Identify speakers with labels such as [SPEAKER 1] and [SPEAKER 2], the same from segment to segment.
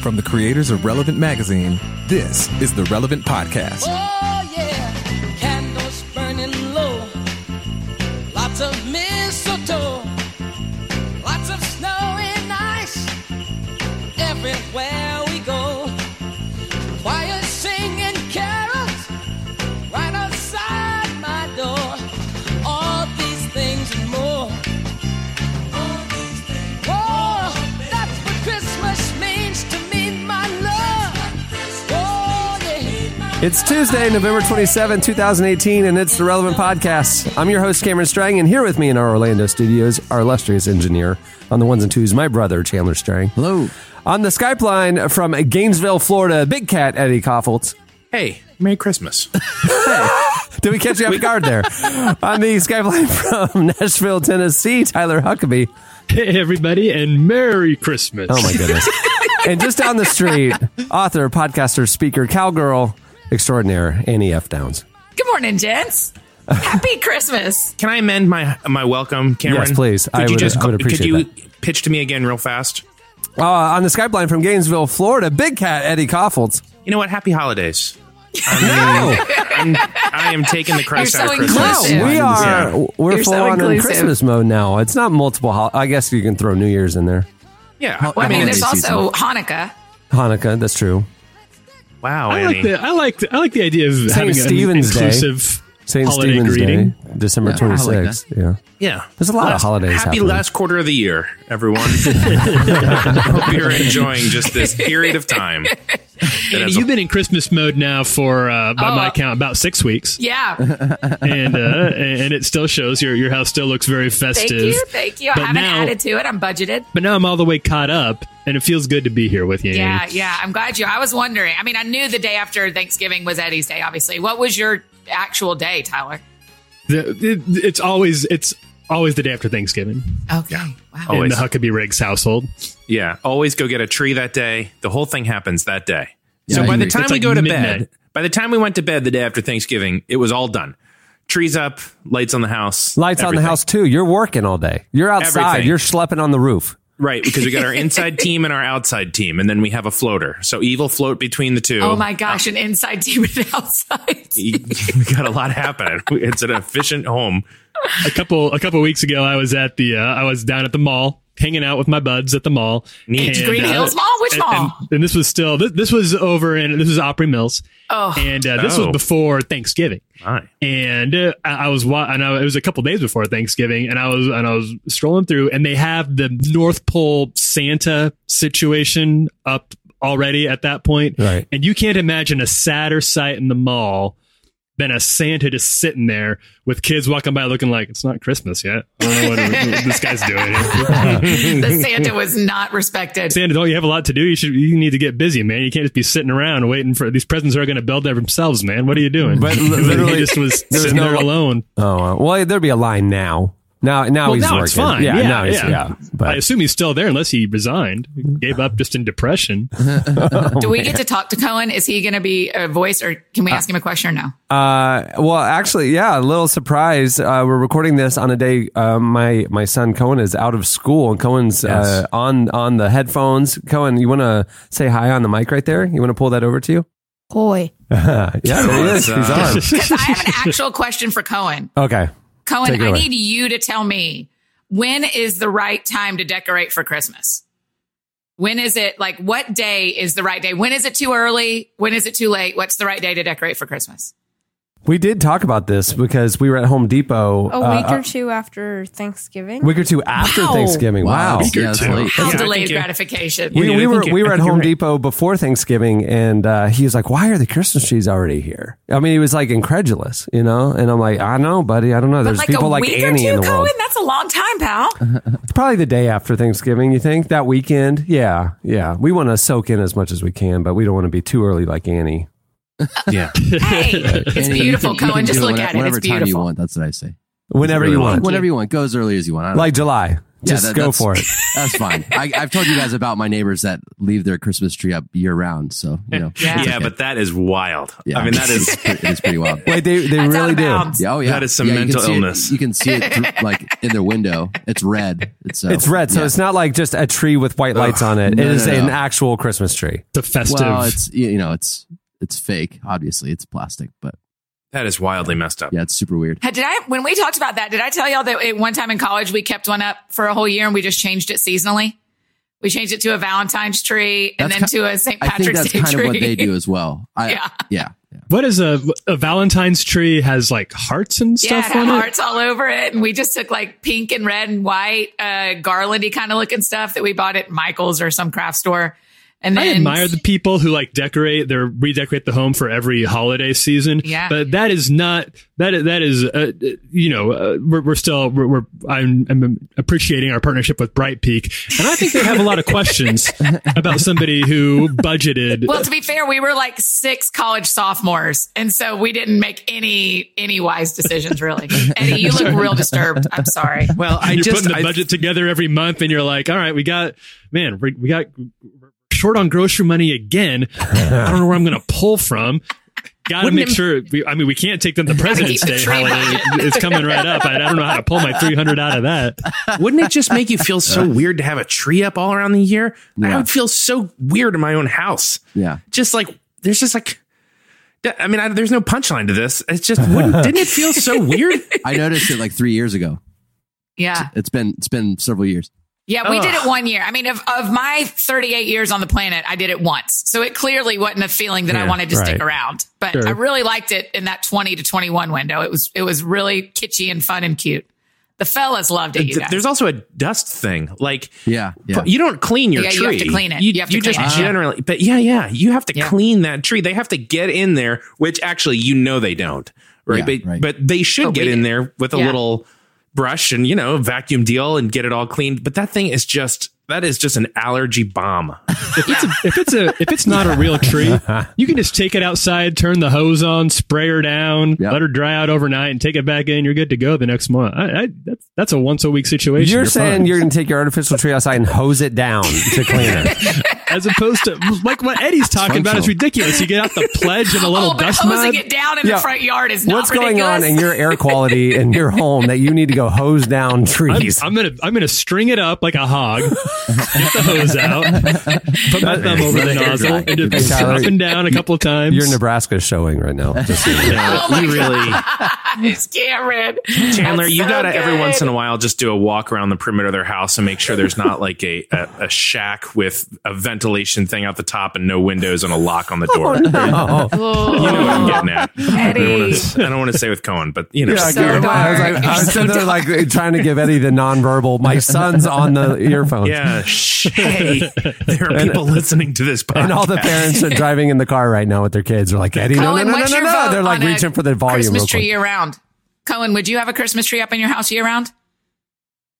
[SPEAKER 1] From the creators of Relevant Magazine, this is the Relevant Podcast.
[SPEAKER 2] Oh yeah, candles burning low, lots of mistletoe, lots of snow and ice everywhere we go. Choirs singing carols right outside my door. All these things and more. Oh, that's what Christmas means to me, my love. Oh yeah.
[SPEAKER 3] It's Tuesday, November twenty seventh, 2018, and it's the Relevant Podcast. I'm your host, Cameron Strang, and here with me in our Orlando studios, our illustrious engineer on the ones and twos, my brother, Chandler Strang.
[SPEAKER 4] Hello.
[SPEAKER 3] On the Skype line from Gainesville, Florida, Big Cat Eddie Koffolt.
[SPEAKER 4] Hey, Merry Christmas.
[SPEAKER 3] Did we catch you off guard there? on the Skype line from Nashville, Tennessee, Tyler Huckabee.
[SPEAKER 5] Hey, everybody, and Merry Christmas.
[SPEAKER 3] Oh my goodness. and just down the street, author, podcaster, speaker, cowgirl extraordinaire, Annie F. Downs.
[SPEAKER 6] Good morning, gents. Happy Christmas.
[SPEAKER 4] Can I amend my my welcome, Cameron?
[SPEAKER 3] Yes, please.
[SPEAKER 4] Could
[SPEAKER 3] I
[SPEAKER 4] you
[SPEAKER 3] would-
[SPEAKER 4] just
[SPEAKER 3] I would
[SPEAKER 4] could
[SPEAKER 3] appreciate
[SPEAKER 4] you pitch to me again real fast?
[SPEAKER 3] Uh, on the Skype line from Gainesville, Florida, Big Cat Eddie Koffolt.
[SPEAKER 4] You know what? Happy holidays. I mean, I'm, I am taking the Christ
[SPEAKER 6] You're
[SPEAKER 4] out of
[SPEAKER 6] so
[SPEAKER 4] Christmas.
[SPEAKER 6] inclusive.
[SPEAKER 3] we are
[SPEAKER 4] Yeah.
[SPEAKER 3] we're
[SPEAKER 6] You're
[SPEAKER 3] full
[SPEAKER 6] so
[SPEAKER 3] on in
[SPEAKER 6] inclusive.
[SPEAKER 3] Christmas mode now. It's not multiple. Hol- I guess you can throw New Year's in there.
[SPEAKER 4] Yeah.
[SPEAKER 6] Well, I mean,
[SPEAKER 4] it's-
[SPEAKER 6] there's also Hanukkah.
[SPEAKER 3] Hanukkah, that's true.
[SPEAKER 4] wow,
[SPEAKER 5] I like
[SPEAKER 4] Annie.
[SPEAKER 5] the I like the, I like the idea of having
[SPEAKER 3] Stephen's Day.
[SPEAKER 5] an inclusive
[SPEAKER 3] St.
[SPEAKER 5] holiday
[SPEAKER 3] Stephen's
[SPEAKER 5] greeting.
[SPEAKER 3] Day, December
[SPEAKER 5] Yeah.
[SPEAKER 3] twenty sixth. Yeah,
[SPEAKER 4] Yeah.
[SPEAKER 3] there's a lot of holidays.
[SPEAKER 4] Happy
[SPEAKER 3] happening.
[SPEAKER 4] last quarter of the year, everyone. Hope you're enjoying just this period of time. that
[SPEAKER 5] Andy,
[SPEAKER 4] has a
[SPEAKER 5] you've been in Christmas mode now for, uh, by
[SPEAKER 6] Oh,
[SPEAKER 5] my
[SPEAKER 6] uh,
[SPEAKER 5] count, about six weeks,
[SPEAKER 6] Yeah.
[SPEAKER 5] and uh, and and it still shows your your house still looks very festive.
[SPEAKER 6] Thank you. Thank you. I
[SPEAKER 5] But
[SPEAKER 6] haven't
[SPEAKER 5] now-
[SPEAKER 6] added to it. I'm budgeted.
[SPEAKER 5] But now I'm all the way caught up, and it feels good to be here with you.
[SPEAKER 6] Yeah,
[SPEAKER 5] Andy.
[SPEAKER 6] yeah. I'm glad you. I was wondering. I mean, I knew the day after Thanksgiving was Eddie's day, obviously. What was your actual day, Tyler?
[SPEAKER 5] The- it- it's always it's always the day after Thanksgiving
[SPEAKER 6] Okay. Wow.
[SPEAKER 4] Always.
[SPEAKER 5] in the Huckabee Riggs household.
[SPEAKER 4] Yeah, always go get a tree that day. The whole thing happens that day. so
[SPEAKER 5] I
[SPEAKER 4] by the
[SPEAKER 5] agree.
[SPEAKER 4] time
[SPEAKER 5] It's
[SPEAKER 4] we
[SPEAKER 5] like
[SPEAKER 4] go to bed,
[SPEAKER 5] midnight.
[SPEAKER 4] by the time we went to bed the day after Thanksgiving, it was all done. Trees up, lights on the house,
[SPEAKER 3] Lights on
[SPEAKER 4] everything.
[SPEAKER 3] the house too. You're working all day. You're outside.
[SPEAKER 4] Everything.
[SPEAKER 3] You're schlepping on the roof.
[SPEAKER 4] right? Because we got our inside team and our outside team, and then we have a floater. So evil float between the two.
[SPEAKER 6] Oh my gosh! An inside team and outside.
[SPEAKER 4] we got a lot happening. It's an efficient home.
[SPEAKER 5] a couple a couple weeks ago I was at the uh, I was down at the mall hanging out with my buds at the mall.
[SPEAKER 4] Neat.
[SPEAKER 6] Green
[SPEAKER 5] uh,
[SPEAKER 6] Hills Mall? Which
[SPEAKER 5] and-
[SPEAKER 6] mall?
[SPEAKER 5] And, and this was still this, this was over in this was Opry Mills. Oh, and uh, this
[SPEAKER 4] Oh.
[SPEAKER 5] was before Thanksgiving.
[SPEAKER 4] My.
[SPEAKER 5] And uh, I, I was wa- and I, it was a couple days before Thanksgiving, and I was and I was strolling through, and they have the North Pole Santa situation up already at that point,
[SPEAKER 3] Right.
[SPEAKER 5] And you can't imagine a sadder sight in the mall than a Santa just sitting there with kids walking by looking like it's not Christmas yet. I don't know what, what this guy's doing.
[SPEAKER 6] The Santa was not respected.
[SPEAKER 5] Santa, don't you have a lot to do? You should you need to get busy, man. You can't just be sitting around waiting for these presents are going to build themselves, man. What are you doing?
[SPEAKER 3] But
[SPEAKER 5] And
[SPEAKER 3] literally-
[SPEAKER 5] he just was
[SPEAKER 3] there's
[SPEAKER 5] sitting
[SPEAKER 3] no
[SPEAKER 5] there
[SPEAKER 3] li-
[SPEAKER 5] alone.
[SPEAKER 3] Oh uh, well, there'd be a line now. Now, now
[SPEAKER 5] Well,
[SPEAKER 3] he's
[SPEAKER 5] now
[SPEAKER 3] working.
[SPEAKER 5] it's fine.
[SPEAKER 3] Yeah,
[SPEAKER 5] Yeah, yeah,
[SPEAKER 3] now he's, yeah.
[SPEAKER 5] I
[SPEAKER 3] But
[SPEAKER 5] assume he's still there unless he resigned, gave up just in depression.
[SPEAKER 6] Do we get to talk to Cohen? Is he going to be a voice, or can we ask him a question or no?
[SPEAKER 3] Uh, well, actually, yeah, a little surprise. Uh, we're recording this on a day uh, my my son Cohen is out of school, and Cohen's uh, on on the headphones. Cohen, you want to say hi on the mic right there? You want to pull that over to you?
[SPEAKER 7] Boy.
[SPEAKER 3] Yeah, there
[SPEAKER 4] uh,
[SPEAKER 3] he is. He's on.
[SPEAKER 6] Because I have an actual question for Cohen.
[SPEAKER 3] Okay. Take
[SPEAKER 6] Cohen,
[SPEAKER 3] it
[SPEAKER 6] I
[SPEAKER 3] away.
[SPEAKER 6] need you to tell me when is the right time to decorate for Christmas? When is it like what day is the right day? When is it too early? When is it too late? What's the right day to decorate for Christmas?
[SPEAKER 3] We did talk about this because we were at Home Depot
[SPEAKER 7] A
[SPEAKER 3] uh,
[SPEAKER 7] week
[SPEAKER 3] uh,
[SPEAKER 7] or two after Thanksgiving.
[SPEAKER 3] week or two after
[SPEAKER 6] Wow.
[SPEAKER 3] Thanksgiving. Wow.
[SPEAKER 5] Yeah, that's late.
[SPEAKER 6] How
[SPEAKER 4] Yeah, I
[SPEAKER 6] delayed
[SPEAKER 4] think you-
[SPEAKER 6] gratification.
[SPEAKER 3] We,
[SPEAKER 4] Yeah,
[SPEAKER 3] we
[SPEAKER 4] I
[SPEAKER 3] were
[SPEAKER 4] think you-
[SPEAKER 3] we
[SPEAKER 4] I
[SPEAKER 3] were at
[SPEAKER 4] think you're
[SPEAKER 3] Home
[SPEAKER 4] right.
[SPEAKER 3] Depot before Thanksgiving, and uh, he was like, "Why are the Christmas trees already here?" I mean, he was like incredulous, you know. And I'm like, "I know, buddy. I don't know. There's
[SPEAKER 6] like
[SPEAKER 3] people
[SPEAKER 6] a
[SPEAKER 3] like
[SPEAKER 6] week
[SPEAKER 3] Annie
[SPEAKER 6] or
[SPEAKER 3] in
[SPEAKER 6] two,
[SPEAKER 3] the
[SPEAKER 6] Cohen?
[SPEAKER 3] world.
[SPEAKER 6] That's a long time, pal.
[SPEAKER 3] It's probably the day after Thanksgiving. You think that weekend? Yeah, yeah. We want to soak in as much as we can, but we don't want to be too early like Annie.
[SPEAKER 4] Yeah.
[SPEAKER 6] hey, it's
[SPEAKER 8] And
[SPEAKER 6] beautiful,
[SPEAKER 8] you can- you
[SPEAKER 6] Cohen.
[SPEAKER 8] can
[SPEAKER 6] Just
[SPEAKER 8] do
[SPEAKER 6] look
[SPEAKER 8] whate-
[SPEAKER 6] at it.
[SPEAKER 8] Whatever
[SPEAKER 6] It's
[SPEAKER 8] time you
[SPEAKER 6] beautiful.
[SPEAKER 8] want. That's what I say.
[SPEAKER 3] Whenever you want,
[SPEAKER 8] Whenever you want. Go as early as you want. I don't
[SPEAKER 3] like July. Just go
[SPEAKER 8] that's-
[SPEAKER 3] for it.
[SPEAKER 8] That's fine. I, I've told you guys about my neighbors that leave their Christmas tree up year round. So you know,
[SPEAKER 6] Yeah.
[SPEAKER 8] it's
[SPEAKER 4] Yeah,
[SPEAKER 8] okay.
[SPEAKER 4] but that is wild.
[SPEAKER 8] Yeah.
[SPEAKER 4] I mean, that is.
[SPEAKER 8] It's pre- it is pretty wild.
[SPEAKER 3] Wait, they, they
[SPEAKER 6] That's out
[SPEAKER 3] really
[SPEAKER 6] of
[SPEAKER 3] do.
[SPEAKER 6] bounds.
[SPEAKER 8] Yeah, oh yeah,
[SPEAKER 4] That is some
[SPEAKER 8] Yeah, you can
[SPEAKER 4] mental
[SPEAKER 8] see it-
[SPEAKER 4] illness.
[SPEAKER 8] you can see it through, like in their window. It's red. It's uh,
[SPEAKER 3] It's red, so
[SPEAKER 8] yeah.
[SPEAKER 3] it's not like just a tree with white lights on it.
[SPEAKER 8] no,
[SPEAKER 3] it
[SPEAKER 8] no,
[SPEAKER 3] is
[SPEAKER 8] no.
[SPEAKER 3] an actual Christmas tree.
[SPEAKER 5] The festive.
[SPEAKER 8] well, it's you you know, it's it's fake. Obviously, it's plastic, but
[SPEAKER 4] That is wildly messed up.
[SPEAKER 8] yeah, it's super weird.
[SPEAKER 6] Had- Did I, when we talked about that, did I tell y'all that at one time in college, we kept one up for a whole year and we just changed it seasonally? We changed it to a Valentine's tree and
[SPEAKER 8] That's
[SPEAKER 6] then to a St.
[SPEAKER 8] I think
[SPEAKER 6] Patrick's
[SPEAKER 8] that's
[SPEAKER 6] Day
[SPEAKER 8] kind
[SPEAKER 6] tree.
[SPEAKER 8] of what they do as well. I,
[SPEAKER 6] Yeah.
[SPEAKER 8] yeah, yeah,
[SPEAKER 5] what is a a Valentine's tree has like hearts and
[SPEAKER 6] Yeah, it
[SPEAKER 5] stuff
[SPEAKER 6] had
[SPEAKER 5] on it?
[SPEAKER 6] hearts all over it. And we just took like pink and red and white, uh, garlandy kind of looking stuff that we bought at Michael's or some craft store. And
[SPEAKER 5] I
[SPEAKER 6] then
[SPEAKER 5] admire the people who like decorate their redecorate the home for every holiday season.
[SPEAKER 6] Yeah.
[SPEAKER 5] but that is not that. is- That is, uh, uh, you know, uh, we're, we're still we're, we're I'm, I'm appreciating our partnership with Bright Peak, and I think they have a lot of questions about somebody who budgeted.
[SPEAKER 6] well, to be fair, we were like six college sophomores, and so we didn't make any any wise decisions really. Eddie, you look real disturbed. I'm sorry.
[SPEAKER 4] Well, I
[SPEAKER 5] you're
[SPEAKER 4] just
[SPEAKER 5] putting the
[SPEAKER 4] I-
[SPEAKER 5] budget together every month, and you're like, all right, we got man, we, we got we're short on grocery money again. I don't know where I'm going to pull from. Got to
[SPEAKER 6] Wouldn't
[SPEAKER 5] make
[SPEAKER 6] it-
[SPEAKER 5] sure. We, I mean, we can't take them the President's
[SPEAKER 6] keep
[SPEAKER 5] Day
[SPEAKER 6] the tree
[SPEAKER 5] holiday. It's coming right up. I, I don't know how to pull my 300 out of that.
[SPEAKER 4] Wouldn't it just make you feel so weird to have a tree up all around the year? I
[SPEAKER 8] Yeah.
[SPEAKER 4] would feel so weird in my own house.
[SPEAKER 8] Yeah.
[SPEAKER 4] Just like, there's just like, I mean, I, there's no punchline to this. It's just, wouldn't, didn't it feel so weird?
[SPEAKER 8] I noticed it like three years ago.
[SPEAKER 6] Yeah,
[SPEAKER 8] It's been it's been several years.
[SPEAKER 6] yeah, we did it one year. I mean, of of my 38 years on the planet, I did it once, so it clearly wasn't a feeling that I wanted to stick
[SPEAKER 3] right.
[SPEAKER 6] around. But I really liked it in that 20 to 21 window. It was it was really kitschy and fun and cute. The fellas loved it. You
[SPEAKER 4] Th-
[SPEAKER 6] guys.
[SPEAKER 4] There's also a dust thing. Like,
[SPEAKER 8] Yeah, yeah. Ah.
[SPEAKER 4] you don't clean your
[SPEAKER 6] Yeah, you
[SPEAKER 4] tree.
[SPEAKER 6] have to clean it.
[SPEAKER 4] You,
[SPEAKER 6] You have to
[SPEAKER 4] you just
[SPEAKER 6] clean it.
[SPEAKER 4] generally, but yeah, yeah, you have to
[SPEAKER 6] Yeah.
[SPEAKER 4] clean that tree. They have to get in there, which actually, you know, they don't, right?
[SPEAKER 8] Yeah,
[SPEAKER 4] but
[SPEAKER 8] right.
[SPEAKER 4] but they should
[SPEAKER 6] But
[SPEAKER 4] get
[SPEAKER 6] we
[SPEAKER 4] in
[SPEAKER 6] do.
[SPEAKER 4] there with a
[SPEAKER 6] Yeah.
[SPEAKER 4] little brush and you know vacuum deal and get it all cleaned. But that thing is just that is just an allergy bomb.
[SPEAKER 5] If it's a if it's not a real tree, you can just take it outside, turn the hose on, spray her down,
[SPEAKER 8] Yeah.
[SPEAKER 5] let her dry out overnight, and take it back in. You're good to go the next month. I, I, that's that's a once a week situation.
[SPEAKER 3] You're, saying
[SPEAKER 5] fine.
[SPEAKER 3] you're going to take your artificial tree outside and hose it down to clean it.
[SPEAKER 5] as opposed to like what Eddie's talking about is
[SPEAKER 8] Functional.
[SPEAKER 5] ridiculous. You get out the pledge and a little
[SPEAKER 6] oh, but
[SPEAKER 5] dust
[SPEAKER 6] hosing
[SPEAKER 5] mud.
[SPEAKER 6] it down in
[SPEAKER 3] Yeah.
[SPEAKER 6] the front yard is not
[SPEAKER 3] What's going on
[SPEAKER 6] ridiculous.
[SPEAKER 3] in your air quality in your home that you need to go hose down
[SPEAKER 5] I'm,
[SPEAKER 3] trees?
[SPEAKER 5] I'm gonna I'm gonna string it up like a hog, get the hose out, put my thumb over the nozzle, and just
[SPEAKER 3] Hey, Tyler,
[SPEAKER 5] up and down a couple of times.
[SPEAKER 3] Your Nebraska's showing right now. Just so you know.
[SPEAKER 6] Oh my
[SPEAKER 4] you really,
[SPEAKER 6] It's Cameron.
[SPEAKER 4] Chandler,
[SPEAKER 6] That's
[SPEAKER 4] you
[SPEAKER 6] so
[SPEAKER 4] gotta every
[SPEAKER 6] good.
[SPEAKER 4] once in a while just do a walk around the perimeter of their house and make sure there's not like a, a, a shack with a ventilation thing out the top and no windows and a lock on the door.
[SPEAKER 3] Oh,
[SPEAKER 4] You know what I'm getting at. I don't
[SPEAKER 6] Eddie.
[SPEAKER 4] wanna s- I don't want to say with Cohen, but you know,
[SPEAKER 3] Yeah, I
[SPEAKER 6] so
[SPEAKER 3] get it. I was
[SPEAKER 6] dark.
[SPEAKER 3] like,
[SPEAKER 6] You're
[SPEAKER 3] I was
[SPEAKER 6] so
[SPEAKER 3] sitting there like trying to give Eddie the nonverbal. My son's on the earphones.
[SPEAKER 4] Yeah. Shh. Hey, there are people listening to this podcast.
[SPEAKER 3] And all the parents are driving in the car right now with their kids. We're like, Eddie, no, no,
[SPEAKER 6] Cohen,
[SPEAKER 3] no, no,
[SPEAKER 6] what's
[SPEAKER 3] no,
[SPEAKER 6] your
[SPEAKER 3] no.
[SPEAKER 6] vote
[SPEAKER 3] They're like
[SPEAKER 6] on a
[SPEAKER 3] reaching for the volume.
[SPEAKER 6] Christmas
[SPEAKER 3] Real
[SPEAKER 6] tree
[SPEAKER 3] quick.
[SPEAKER 6] year round. Cohen, would you have a Christmas tree up in your house year round?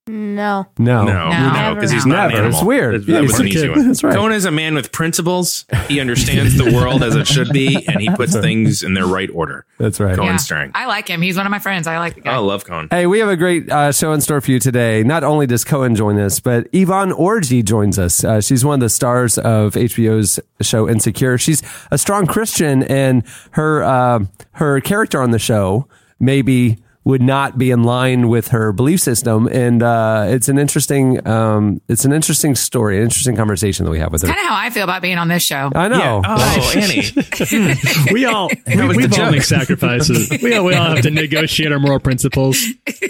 [SPEAKER 7] No.
[SPEAKER 3] No.
[SPEAKER 4] No, no, because he's not an
[SPEAKER 3] Never. It's
[SPEAKER 4] animal.
[SPEAKER 3] weird.
[SPEAKER 4] That, that
[SPEAKER 3] Yeah,
[SPEAKER 4] was an
[SPEAKER 3] he's a
[SPEAKER 4] easy
[SPEAKER 3] kid.
[SPEAKER 4] one.
[SPEAKER 3] That's right.
[SPEAKER 4] Cohen is a man with principles. He understands the world as it should be, and he puts things in their right order.
[SPEAKER 3] That's right.
[SPEAKER 4] Cohen Stern.
[SPEAKER 6] I like him. He's one of my friends. I like the guy.
[SPEAKER 4] I love Cohen.
[SPEAKER 3] Hey, we have a great uh, show in store for you today. Not only does Cohen join us, but Yvonne Orgy joins us. Uh, she's one of the stars of HBO's show Insecure. She's a strong Christian, and her uh, her character on the show maybe would not be in line with her belief system, and uh, it's an interesting um, it's an interesting story, an interesting conversation that we have with her.
[SPEAKER 6] Kind of how I feel about being on this show.
[SPEAKER 3] I know.
[SPEAKER 4] Oh, Annie.
[SPEAKER 5] we all we,
[SPEAKER 4] was
[SPEAKER 5] we've
[SPEAKER 4] the
[SPEAKER 5] all
[SPEAKER 4] joke.
[SPEAKER 5] make sacrifices. We all, we all have to negotiate our moral principles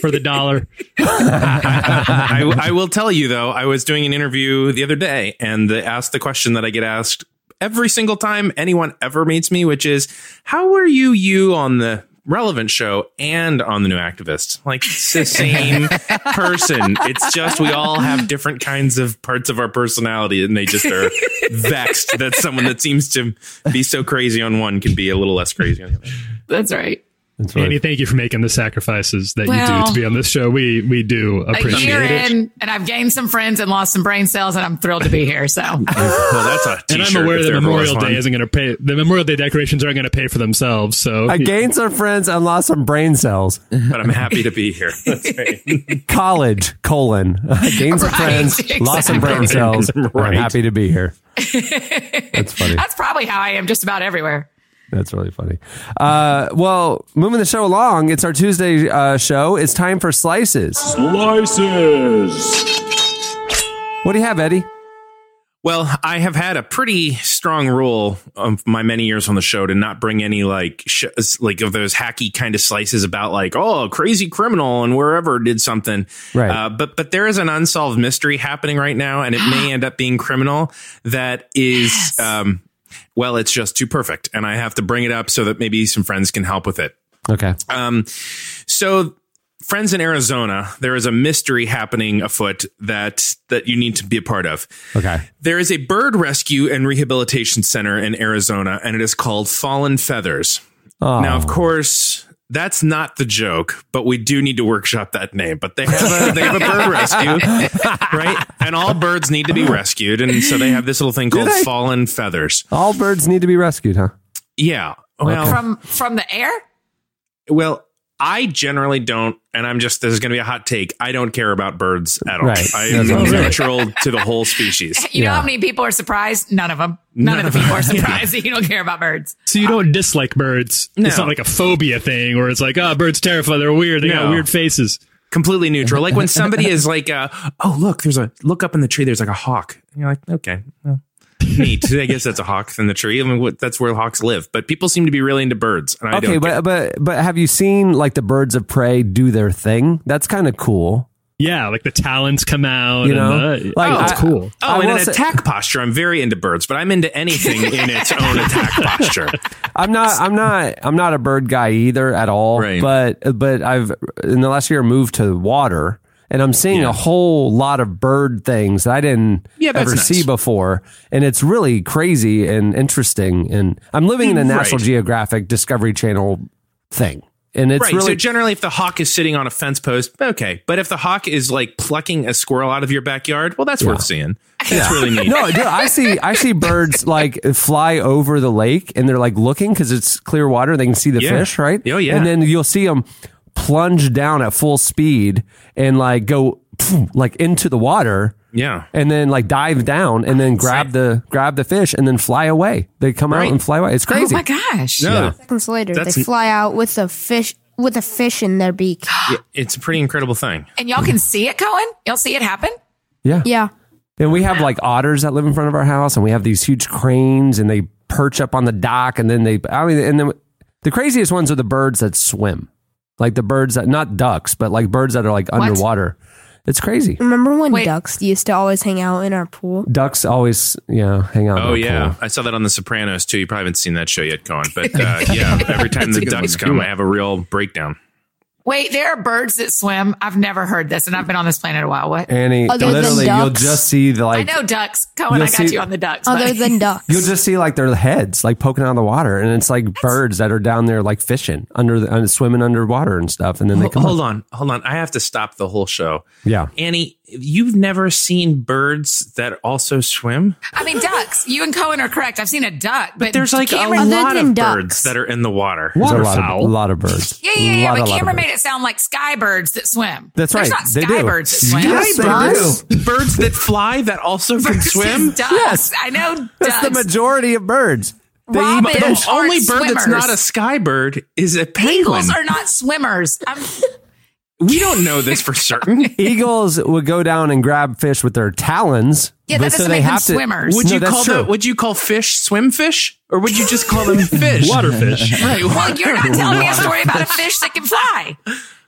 [SPEAKER 5] for the dollar.
[SPEAKER 4] I, I will tell you though, I was doing an interview the other day and they asked the question that I get asked every single time anyone ever meets me, which is, how were you you on the relevant show and on the new activist? Like it's the same person. It's just we all have different kinds of parts of our personality and they just are vexed that someone that seems to be so crazy on one can be a little less crazy on the other.
[SPEAKER 6] That's right.
[SPEAKER 3] That's right.
[SPEAKER 5] Andy, thank you for making the sacrifices that you
[SPEAKER 6] Well-
[SPEAKER 5] do to be on this show. We we do
[SPEAKER 6] a
[SPEAKER 5] appreciate
[SPEAKER 6] year
[SPEAKER 5] it.
[SPEAKER 6] in, and I've gained some friends and lost some brain cells, and I'm thrilled to be here. So
[SPEAKER 4] Well, that's a
[SPEAKER 5] And
[SPEAKER 4] t-shirt.
[SPEAKER 5] I'm aware
[SPEAKER 4] if
[SPEAKER 5] that
[SPEAKER 4] there ever was
[SPEAKER 5] Memorial Day
[SPEAKER 4] one.
[SPEAKER 5] isn't going to pay. The Memorial Day decorations aren't going to pay for themselves. So
[SPEAKER 3] I gained some friends and lost some brain cells.
[SPEAKER 4] but I'm happy to be here. That's right.
[SPEAKER 3] College, colon. I gained some
[SPEAKER 6] Right,
[SPEAKER 3] friends, lost some brain
[SPEAKER 6] exactly.
[SPEAKER 3] cells. and I'm
[SPEAKER 4] Right.
[SPEAKER 3] happy to be here. That's funny.
[SPEAKER 6] that's probably how I am just about everywhere.
[SPEAKER 3] That's really funny. Uh, well, moving the show along, it's our Tuesday uh, show. It's time for slices.
[SPEAKER 9] Slices.
[SPEAKER 3] What do you have, Eddie?
[SPEAKER 4] Well, I have had a pretty strong rule of my many years on the show to not bring any like sh- like of those hacky kind of slices about like oh a crazy criminal and wherever did something.
[SPEAKER 3] Right.
[SPEAKER 4] Uh, but but there is an unsolved mystery happening right now, and it may end up being criminal. That is, um, well, it's just too perfect, and I have to bring it up so that maybe some friends can help with it.
[SPEAKER 3] Okay.
[SPEAKER 4] Um, so friends in Arizona, there is a mystery happening afoot that that you need to be a part of.
[SPEAKER 3] Okay.
[SPEAKER 4] There is a bird rescue and rehabilitation center in Arizona, and it is called Fallen Feathers. Now,
[SPEAKER 3] Oh.
[SPEAKER 4] of course, that's not the joke, but we do need to workshop that name. But they have a they have a bird rescue, right? And all birds need to be rescued, and so they have this little thing called
[SPEAKER 3] they?
[SPEAKER 4] Fallen Feathers.
[SPEAKER 3] All birds need to be rescued, huh?
[SPEAKER 4] Yeah. Well,
[SPEAKER 6] From from the air,
[SPEAKER 4] Well, I generally don't, and I'm just this is going to be a hot take. I don't care about birds at all.
[SPEAKER 3] Right.
[SPEAKER 4] I
[SPEAKER 3] That's
[SPEAKER 4] am
[SPEAKER 3] what I'm saying.
[SPEAKER 4] neutral to the whole species.
[SPEAKER 6] you know
[SPEAKER 3] Yeah.
[SPEAKER 6] how many people are surprised? None of them. None, of the people are surprised that you don't care about birds.
[SPEAKER 5] So you don't dislike birds. It's not like a phobia thing where it's like, oh, birds terrify. They're weird. They
[SPEAKER 4] No.
[SPEAKER 5] got weird faces.
[SPEAKER 4] Completely neutral. Like when somebody is like, uh, "Oh, look, there's a look up in the tree. There's like a hawk." And you're like, "Okay, well, neat. I guess that's a hawk in the tree. I mean, what, that's where hawks live." But people seem to be really into birds, and I
[SPEAKER 3] okay,
[SPEAKER 4] don't. care.
[SPEAKER 3] but but but have you seen like the birds of prey do their thing? That's kind of cool.
[SPEAKER 5] Yeah, like the talons come out.
[SPEAKER 3] You know?
[SPEAKER 5] and, uh,
[SPEAKER 3] Like,
[SPEAKER 5] oh, it's
[SPEAKER 3] I-
[SPEAKER 5] cool.
[SPEAKER 3] I
[SPEAKER 4] Oh, in
[SPEAKER 3] will
[SPEAKER 4] an
[SPEAKER 3] say-
[SPEAKER 4] attack posture, I'm very into birds, but I'm into anything in its own attack posture.
[SPEAKER 3] I'm not I'm not I'm not a bird guy either at all.
[SPEAKER 4] Right.
[SPEAKER 3] But but I've in the last year moved to water and I'm seeing a whole lot of bird things that I didn't
[SPEAKER 4] Yeah, that's
[SPEAKER 3] ever
[SPEAKER 4] nice.
[SPEAKER 3] see before. And it's really crazy and interesting and I'm living in a National
[SPEAKER 4] Right.
[SPEAKER 3] Geographic Discovery Channel thing. And it's
[SPEAKER 4] right. so
[SPEAKER 3] really
[SPEAKER 4] generally, if the hawk is sitting on a fence post, okay. But if the hawk is like plucking a squirrel out of your backyard, well, that's worth seeing. That's really neat.
[SPEAKER 3] No, dude, I see I see birds like fly over the lake and they're like looking because it's clear water. They can see the
[SPEAKER 4] Yeah.
[SPEAKER 3] fish, right?
[SPEAKER 4] Oh, yeah.
[SPEAKER 3] And then you'll see them plunge down at full speed and like go pfft, like into the water.
[SPEAKER 4] Yeah.
[SPEAKER 3] And then like dive down and then grab the grab the fish and then fly away. They come out
[SPEAKER 4] Right.
[SPEAKER 3] and fly away. It's crazy.
[SPEAKER 6] Oh my gosh!
[SPEAKER 4] No,
[SPEAKER 7] Seconds later,
[SPEAKER 4] That's-
[SPEAKER 7] they fly out with a fish with a fish in their beak.
[SPEAKER 4] it's a pretty incredible thing.
[SPEAKER 6] And y'all can see it, Cohen. Y'all see it happen.
[SPEAKER 3] Yeah.
[SPEAKER 7] Yeah.
[SPEAKER 3] And we have like otters that live in front of our house, and we have these huge cranes, and they perch up on the dock, and then they, I mean, and then the craziest ones are the birds that swim, like the birds that not ducks, but like birds that are like underwater. It's crazy.
[SPEAKER 7] Remember when
[SPEAKER 6] Wait.
[SPEAKER 7] ducks used to always hang out in our pool?
[SPEAKER 3] Ducks always, yeah, hang out. in
[SPEAKER 4] Oh
[SPEAKER 3] the
[SPEAKER 4] yeah,
[SPEAKER 3] pool.
[SPEAKER 4] I saw that on The Sopranos too. You probably haven't seen that show yet, Cohen. But uh, yeah, every time the ducks come, I have a real breakdown.
[SPEAKER 6] Wait, there are birds that swim. I've never heard this, and I've been on this planet a while. What?
[SPEAKER 3] Annie,
[SPEAKER 7] Other than
[SPEAKER 3] literally, you'll
[SPEAKER 7] ducks?
[SPEAKER 3] just see the
[SPEAKER 6] I
[SPEAKER 3] like,
[SPEAKER 6] know ducks, Cohen. I
[SPEAKER 3] You'll
[SPEAKER 6] got
[SPEAKER 3] see-
[SPEAKER 6] you on the ducks.
[SPEAKER 7] Other
[SPEAKER 6] buddy.
[SPEAKER 7] than ducks.
[SPEAKER 3] you'll just see like their heads like poking out of the water, and it's like birds that are down there like fishing under the, uh, swimming underwater and stuff, and then they come.
[SPEAKER 4] Hold
[SPEAKER 3] up.
[SPEAKER 4] on, hold on. I have to stop the whole show.
[SPEAKER 3] Yeah.
[SPEAKER 4] Annie, you've never seen birds that also swim.
[SPEAKER 6] I mean, ducks. You and Cohen are correct. I've seen a duck, but,
[SPEAKER 4] There's like
[SPEAKER 6] Cameron,
[SPEAKER 4] a
[SPEAKER 7] Other
[SPEAKER 4] lot
[SPEAKER 7] than
[SPEAKER 4] of
[SPEAKER 7] ducks.
[SPEAKER 4] birds that are in the water.
[SPEAKER 3] There's a lot, of, a
[SPEAKER 5] Waterfowl.
[SPEAKER 3] lot of birds.
[SPEAKER 6] Yeah, yeah, yeah.
[SPEAKER 3] Lot, a
[SPEAKER 6] but
[SPEAKER 3] lot of
[SPEAKER 6] Cameron
[SPEAKER 3] birds.
[SPEAKER 6] made it sound like sky birds that swim.
[SPEAKER 3] That's
[SPEAKER 6] There's
[SPEAKER 3] right.
[SPEAKER 6] Not
[SPEAKER 3] They
[SPEAKER 6] sky
[SPEAKER 3] do.
[SPEAKER 6] birds that swim.
[SPEAKER 3] Yes,
[SPEAKER 7] Sky
[SPEAKER 3] they do.
[SPEAKER 4] birds that fly that also can
[SPEAKER 6] Versus
[SPEAKER 4] swim.
[SPEAKER 6] Ducks. I know
[SPEAKER 3] That's the
[SPEAKER 6] ducks.
[SPEAKER 3] majority of birds. They eat
[SPEAKER 6] Robins
[SPEAKER 3] fish.
[SPEAKER 4] The only bird
[SPEAKER 6] aren't
[SPEAKER 4] that's
[SPEAKER 6] swimmers.
[SPEAKER 4] not a sky bird is a penguin.
[SPEAKER 6] Eagles are not swimmers. I'm,
[SPEAKER 4] we don't know this for certain.
[SPEAKER 3] Eagles would go down and grab fish with their talons.
[SPEAKER 6] Yeah, that
[SPEAKER 3] but
[SPEAKER 6] doesn't
[SPEAKER 3] they
[SPEAKER 6] make them
[SPEAKER 3] have to-
[SPEAKER 6] swimmers.
[SPEAKER 4] Would
[SPEAKER 3] No,
[SPEAKER 4] you
[SPEAKER 3] that's
[SPEAKER 4] call
[SPEAKER 3] true.
[SPEAKER 4] the, Would you call fish swim fish, or would you just call them fish?
[SPEAKER 5] Waterfish.
[SPEAKER 4] Right,
[SPEAKER 6] well,
[SPEAKER 4] water-
[SPEAKER 6] you're not telling me a story about a fish that can fly.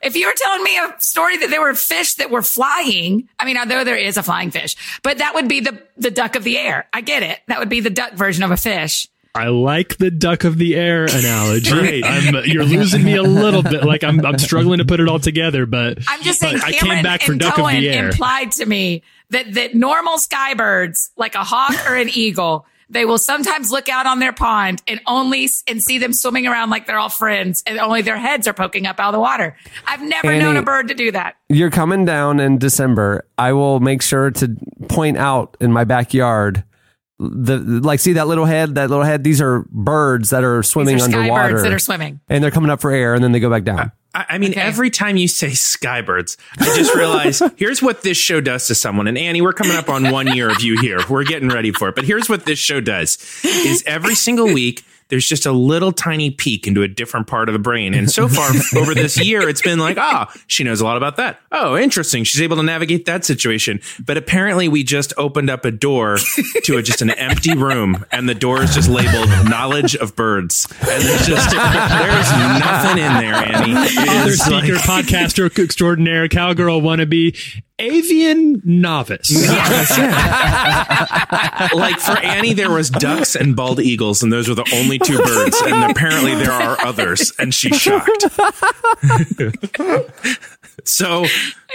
[SPEAKER 6] If you were telling me a story that there were fish that were flying, I mean, although there is a flying fish, but that would be the the duck of the air. I get it. That would be the duck version of a fish.
[SPEAKER 5] I like the duck of the air analogy.
[SPEAKER 4] Right.
[SPEAKER 5] I'm, you're losing me a little bit. Like I'm, I'm struggling to put it all together, but
[SPEAKER 6] I'm just saying
[SPEAKER 5] but I
[SPEAKER 6] Cameron
[SPEAKER 5] came back for
[SPEAKER 6] and
[SPEAKER 5] duck
[SPEAKER 6] Cohen
[SPEAKER 5] of the air.
[SPEAKER 6] implied to me that that normal skybirds, like a hawk or an eagle, they will sometimes look out on their pond and only s- and see them swimming around like they're all friends and only their heads are poking up out of the water. I've never known
[SPEAKER 3] Annie-
[SPEAKER 6] a bird to do that.
[SPEAKER 3] You're coming down in December. I will make sure to point out in my backyard the like see that little head, that little head. These are birds that are swimming
[SPEAKER 6] They're sky
[SPEAKER 3] underwater
[SPEAKER 6] birds that are swimming.
[SPEAKER 3] and they're coming up for air and then they go back down.
[SPEAKER 4] I, I mean, every time you say Skybirds, I just realize here's what this show does to someone. And Annie, we're coming up on one year of you here. We're getting ready for it. But here's what this show does: is every single week. There's just a little tiny peek into a different part of the brain. And so far over this year, it's been like, ah, she knows a lot about that. Oh, interesting. She's able to navigate that situation. But apparently we just opened up a door to a, just an empty room and the door is just labeled knowledge of birds. And there's just, there's nothing in there, Annie. It
[SPEAKER 5] Author,
[SPEAKER 4] is like-
[SPEAKER 5] speaker, podcaster, extraordinaire, cowgirl wannabe, avian novice.
[SPEAKER 4] like for Annie, there was ducks and bald eagles, and those were the only two birds. And apparently, there are others, and she's shocked. so,
[SPEAKER 6] I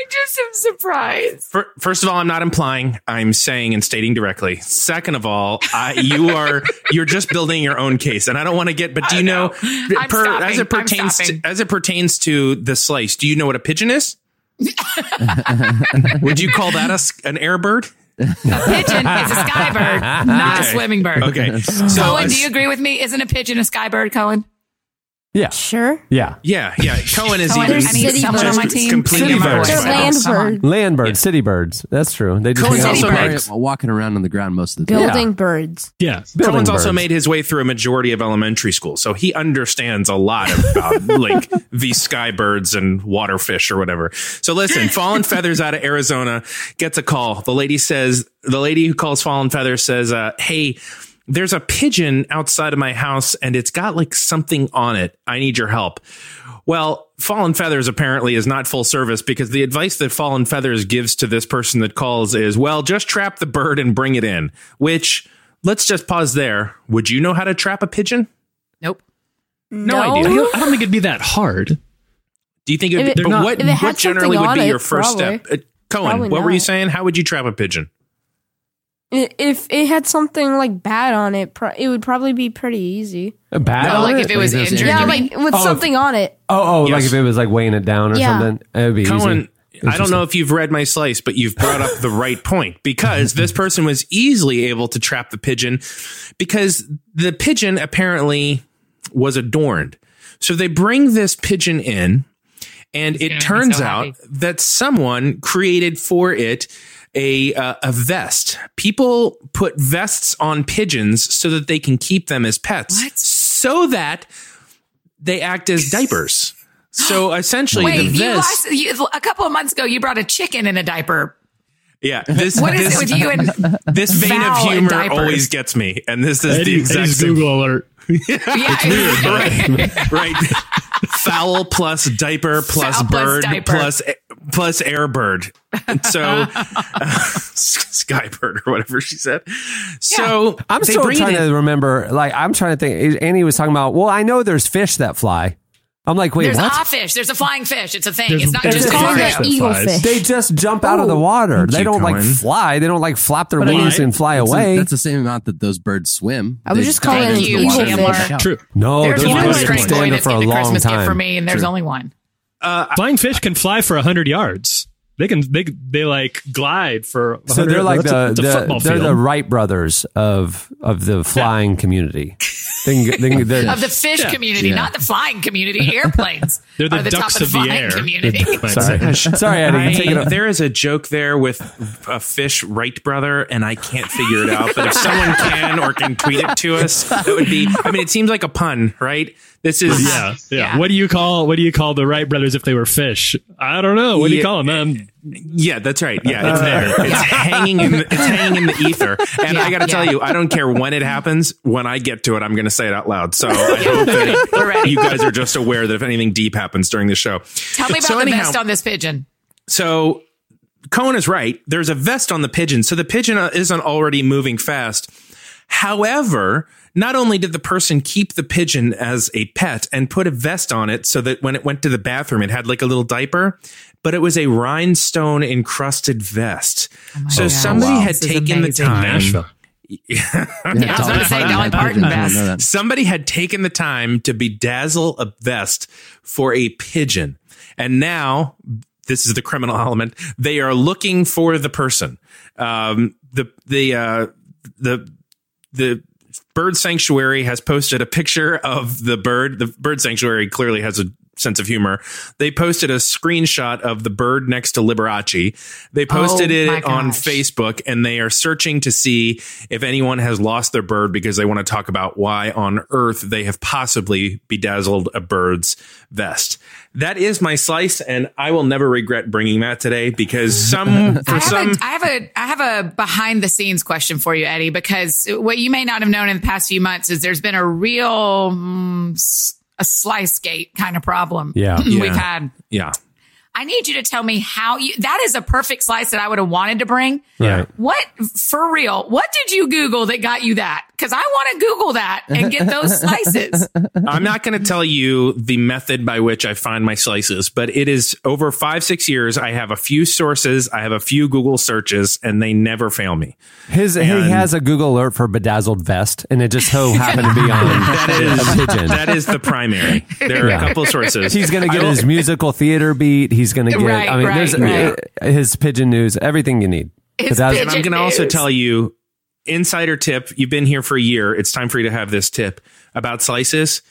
[SPEAKER 6] just am surprised.
[SPEAKER 4] fir- first of all, I'm not implying; I'm saying and stating directly. Second of all, I, you are you're just building your own case, and I don't want to get. But do you know,
[SPEAKER 6] I'm stopping.
[SPEAKER 4] as it
[SPEAKER 6] I'm
[SPEAKER 4] pertains to,
[SPEAKER 6] stopping.
[SPEAKER 4] as it pertains to the slice? Do you know what a pigeon is? Would you call that a, s- an air bird?
[SPEAKER 6] A pigeon is a sky bird, not a swimming bird.
[SPEAKER 4] Okay. So,
[SPEAKER 6] Cohen,
[SPEAKER 4] a
[SPEAKER 6] do you agree with me? Isn't a pigeon a sky bird, Cohen?
[SPEAKER 3] Yeah,
[SPEAKER 7] Sure.
[SPEAKER 3] yeah.
[SPEAKER 4] Yeah, yeah. Cohen is
[SPEAKER 6] Cohen,
[SPEAKER 4] even
[SPEAKER 6] I need
[SPEAKER 7] City
[SPEAKER 6] someone on
[SPEAKER 7] birds.
[SPEAKER 6] my team.
[SPEAKER 4] completely
[SPEAKER 3] City
[SPEAKER 4] embarrassed
[SPEAKER 3] birds.
[SPEAKER 7] They're
[SPEAKER 4] by that.
[SPEAKER 7] land
[SPEAKER 6] Someone.
[SPEAKER 7] birds,
[SPEAKER 3] Land birds, city birds. That's true. They just
[SPEAKER 4] Cohen's
[SPEAKER 3] hang out
[SPEAKER 4] also
[SPEAKER 3] with
[SPEAKER 4] made-
[SPEAKER 6] birds.
[SPEAKER 8] Walking- Walking around on the ground most of the time.
[SPEAKER 7] building birds.
[SPEAKER 5] Yeah.
[SPEAKER 3] building
[SPEAKER 4] Cohen's also
[SPEAKER 3] birds.
[SPEAKER 4] made his way through a majority of elementary school, so he understands a lot about like these sky birds and water fish or whatever. So listen, Fallen Feathers out of Arizona gets a call. The lady says, the lady who calls Fallen Feathers says, uh, "Hey." There's a pigeon outside of my house and it's got like something on it. I need your help. Well, Fallen Feathers apparently is not full service because the advice that Fallen Feathers gives to this person that calls is, well, just trap the bird and bring it in, which let's just pause there. Would you know how to trap a pigeon?
[SPEAKER 6] Nope.
[SPEAKER 5] No, idea. I don't, I don't think it'd be that hard.
[SPEAKER 4] Do you think it,
[SPEAKER 7] If it-
[SPEAKER 4] but
[SPEAKER 7] They're not-
[SPEAKER 4] what,
[SPEAKER 7] if it had
[SPEAKER 4] what generally
[SPEAKER 7] something
[SPEAKER 4] would
[SPEAKER 7] on
[SPEAKER 4] be
[SPEAKER 7] it,
[SPEAKER 4] your first
[SPEAKER 7] probably.
[SPEAKER 4] step? Uh, Cohen,
[SPEAKER 7] Probably
[SPEAKER 4] what were you
[SPEAKER 7] not.
[SPEAKER 4] saying? How would you trap a pigeon?
[SPEAKER 7] I- If it had something like bad on it, pro- it would probably be pretty easy.
[SPEAKER 3] a bat.
[SPEAKER 6] Oh,
[SPEAKER 3] on
[SPEAKER 6] like
[SPEAKER 3] it?
[SPEAKER 6] if it was
[SPEAKER 8] Like those
[SPEAKER 6] injured,
[SPEAKER 7] Yeah,
[SPEAKER 6] you mean?
[SPEAKER 7] like with
[SPEAKER 3] Oh, if-
[SPEAKER 7] something on it.
[SPEAKER 3] oh, oh, like
[SPEAKER 4] Yes.
[SPEAKER 3] if it was like weighing it down or
[SPEAKER 7] Yeah.
[SPEAKER 3] something. It would be
[SPEAKER 4] Cohen,
[SPEAKER 3] easy.
[SPEAKER 4] I don't know if you've read my slice, but you've brought up the right point because this person was easily able to trap the pigeon because the pigeon apparently was adorned. So they bring this pigeon in, and it
[SPEAKER 6] gonna make me
[SPEAKER 4] turns
[SPEAKER 6] so
[SPEAKER 4] out
[SPEAKER 6] happy.
[SPEAKER 4] that someone created for it a uh, a vest. People put vests on pigeons so that they can keep them as pets,
[SPEAKER 6] What?
[SPEAKER 4] so that they act as diapers. So essentially,
[SPEAKER 6] Wait,
[SPEAKER 4] the
[SPEAKER 6] you
[SPEAKER 4] vest.
[SPEAKER 6] lost, you, a couple of months ago, you brought a chicken in a diaper.
[SPEAKER 4] Yeah, this
[SPEAKER 6] What is
[SPEAKER 4] this,
[SPEAKER 6] it with you and
[SPEAKER 4] this vein of
[SPEAKER 6] Val and
[SPEAKER 4] humor
[SPEAKER 6] diapers?
[SPEAKER 4] always gets me, and this is the
[SPEAKER 5] Eddie-
[SPEAKER 4] exact
[SPEAKER 5] Eddie's
[SPEAKER 4] same.
[SPEAKER 5] Google alert.
[SPEAKER 6] yeah,
[SPEAKER 4] Right, right. Foul plus diaper plus
[SPEAKER 6] Foul plus
[SPEAKER 4] bird
[SPEAKER 6] diaper.
[SPEAKER 4] plus plus air bird. So sky bird or whatever she said. So
[SPEAKER 3] I'm
[SPEAKER 4] they
[SPEAKER 3] still
[SPEAKER 4] bring it
[SPEAKER 3] trying
[SPEAKER 4] in.
[SPEAKER 3] to remember. Like I'm trying to think. Annie was talking about. Well, I know there's fish that fly. I'm like, wait,
[SPEAKER 6] There's
[SPEAKER 3] what?
[SPEAKER 6] a fish. There's a flying fish. It's a thing.
[SPEAKER 5] There's-
[SPEAKER 6] it's not
[SPEAKER 5] there's
[SPEAKER 6] just
[SPEAKER 5] a
[SPEAKER 6] a
[SPEAKER 5] flying
[SPEAKER 7] Called
[SPEAKER 5] fish
[SPEAKER 7] an
[SPEAKER 5] that
[SPEAKER 6] Mario.
[SPEAKER 7] eagle
[SPEAKER 5] flies.
[SPEAKER 7] fish.
[SPEAKER 3] They just jump out of the water. They
[SPEAKER 4] you,
[SPEAKER 3] don't like
[SPEAKER 4] Cohen.
[SPEAKER 3] fly. They don't like flap their
[SPEAKER 5] But I-
[SPEAKER 3] wings and fly
[SPEAKER 8] That's the-
[SPEAKER 3] away.
[SPEAKER 8] that's the same amount that those birds swim.
[SPEAKER 7] I was
[SPEAKER 8] They
[SPEAKER 7] just calling
[SPEAKER 8] dive
[SPEAKER 6] it
[SPEAKER 8] into the
[SPEAKER 6] an
[SPEAKER 8] water
[SPEAKER 6] eagle
[SPEAKER 8] and
[SPEAKER 6] fish.
[SPEAKER 8] fish out.
[SPEAKER 5] True.
[SPEAKER 3] no,
[SPEAKER 6] There's
[SPEAKER 3] those
[SPEAKER 5] one
[SPEAKER 6] one
[SPEAKER 3] birds
[SPEAKER 5] straight
[SPEAKER 3] can
[SPEAKER 6] straight boy
[SPEAKER 5] boy
[SPEAKER 3] stand there
[SPEAKER 6] that's
[SPEAKER 3] for a
[SPEAKER 6] getting a
[SPEAKER 3] long
[SPEAKER 6] Christmas gift for
[SPEAKER 3] time.
[SPEAKER 6] me, and there's only one.
[SPEAKER 4] Uh,
[SPEAKER 5] Flying fish can fly for 100 yards. They can they they like glide for.
[SPEAKER 3] So
[SPEAKER 5] 100
[SPEAKER 3] they're like
[SPEAKER 5] that's a-
[SPEAKER 3] the,
[SPEAKER 5] it's
[SPEAKER 3] the
[SPEAKER 5] a football
[SPEAKER 3] they're
[SPEAKER 5] field.
[SPEAKER 3] the Wright brothers of of the flying community. They can, they can, they're-
[SPEAKER 6] Of the fish community,
[SPEAKER 8] Yeah.
[SPEAKER 6] not the flying community. Airplanes
[SPEAKER 5] They're the
[SPEAKER 6] are the
[SPEAKER 5] ducks
[SPEAKER 6] top of the
[SPEAKER 5] of the
[SPEAKER 6] flying
[SPEAKER 5] air.
[SPEAKER 6] community.
[SPEAKER 3] sorry, sorry, Eddie, you take it
[SPEAKER 4] I-
[SPEAKER 3] up.
[SPEAKER 4] there is a joke there with a fish right brother, and I can't figure it out. But if someone can or can tweet it to us, that would be. I mean, it seems like a pun, right? This is
[SPEAKER 5] yeah, yeah.
[SPEAKER 6] Yeah.
[SPEAKER 5] What do you call what do you call the Wright brothers if they were fish? I don't know. What do
[SPEAKER 4] Yeah.
[SPEAKER 5] you call Uh, them?
[SPEAKER 4] Yeah, that's right. Yeah, it's there. It's hanging in the, it's hanging in the ether. And I
[SPEAKER 6] Yeah,
[SPEAKER 4] got to tell
[SPEAKER 6] yeah.
[SPEAKER 4] you, I don't care when it happens. When I get to it, I'm going to say it out loud. So I hope that you guys are just aware that if anything deep happens during the show.
[SPEAKER 6] Tell me about
[SPEAKER 4] So
[SPEAKER 6] the
[SPEAKER 4] anyhow-
[SPEAKER 6] vest on this pigeon.
[SPEAKER 4] So Cohen is right. There's a vest on the pigeon. So the pigeon uh, isn't already moving fast. However, not only did the person keep the pigeon as a pet and put a vest on it so that when it went to the bathroom, it had like a little diaper, but it was a rhinestone encrusted vest. so
[SPEAKER 6] Oh God.
[SPEAKER 4] somebody
[SPEAKER 6] Wow.
[SPEAKER 4] had
[SPEAKER 6] This is
[SPEAKER 4] taken the
[SPEAKER 6] amazing.
[SPEAKER 4] time
[SPEAKER 5] Nashville.
[SPEAKER 6] I was gonna say
[SPEAKER 8] Dolly
[SPEAKER 6] Dolly Parton
[SPEAKER 8] Parton, I didn't
[SPEAKER 6] vest.
[SPEAKER 8] know that.
[SPEAKER 4] Somebody had taken the time to bedazzle a vest for a pigeon. And now, this is the criminal element, they are looking for the person. Um, the, the, uh, the, the, Bird Sanctuary has posted a picture of the bird. The Bird Sanctuary clearly has a sense of humor. They posted a screenshot of the bird next to Liberace. They posted
[SPEAKER 6] Oh, my
[SPEAKER 4] it on
[SPEAKER 6] gosh.
[SPEAKER 4] Facebook and they are searching to see if anyone has lost their bird because they want to talk about why on earth they have possibly bedazzled a bird's vest. That is my slice and I will never regret bringing that today because some
[SPEAKER 6] I
[SPEAKER 4] for
[SPEAKER 6] have,
[SPEAKER 4] some
[SPEAKER 6] a, I have a I have a behind the scenes question for you, Eddie, because what you may not have known in the past few months is there's been a real mm, s- a slice gate kind of problem.
[SPEAKER 3] Yeah.
[SPEAKER 6] we've
[SPEAKER 4] Yeah.
[SPEAKER 6] had.
[SPEAKER 4] yeah.
[SPEAKER 6] I need you to tell me how you. That is a perfect slice that I would have wanted to bring.
[SPEAKER 3] Right.
[SPEAKER 6] What for real? What did you Google that got you that? Because I want to Google that and get those slices.
[SPEAKER 4] I'm not going to tell you the method by which I find my slices, but it is over five, six years. I have a few sources, I have a few Google searches, and they never fail me.
[SPEAKER 3] His he has a Google alert for bedazzled vest, and it just so happened to be on a pigeon.
[SPEAKER 4] That is the primary. There are
[SPEAKER 3] Yeah.
[SPEAKER 4] a couple sources.
[SPEAKER 3] He's gonna
[SPEAKER 4] I
[SPEAKER 3] get
[SPEAKER 4] will-
[SPEAKER 3] his musical theater beat. He's gonna get.
[SPEAKER 6] Right,
[SPEAKER 3] I mean,
[SPEAKER 6] right,
[SPEAKER 3] there's
[SPEAKER 6] right.
[SPEAKER 3] uh, his pigeon news. Everything you need.
[SPEAKER 6] His
[SPEAKER 3] Bedazzled-
[SPEAKER 6] pigeon-
[SPEAKER 4] And I'm going to also
[SPEAKER 6] news.
[SPEAKER 4] tell you insider tip. You've been here for a year. It's time for you to have this tip about slices.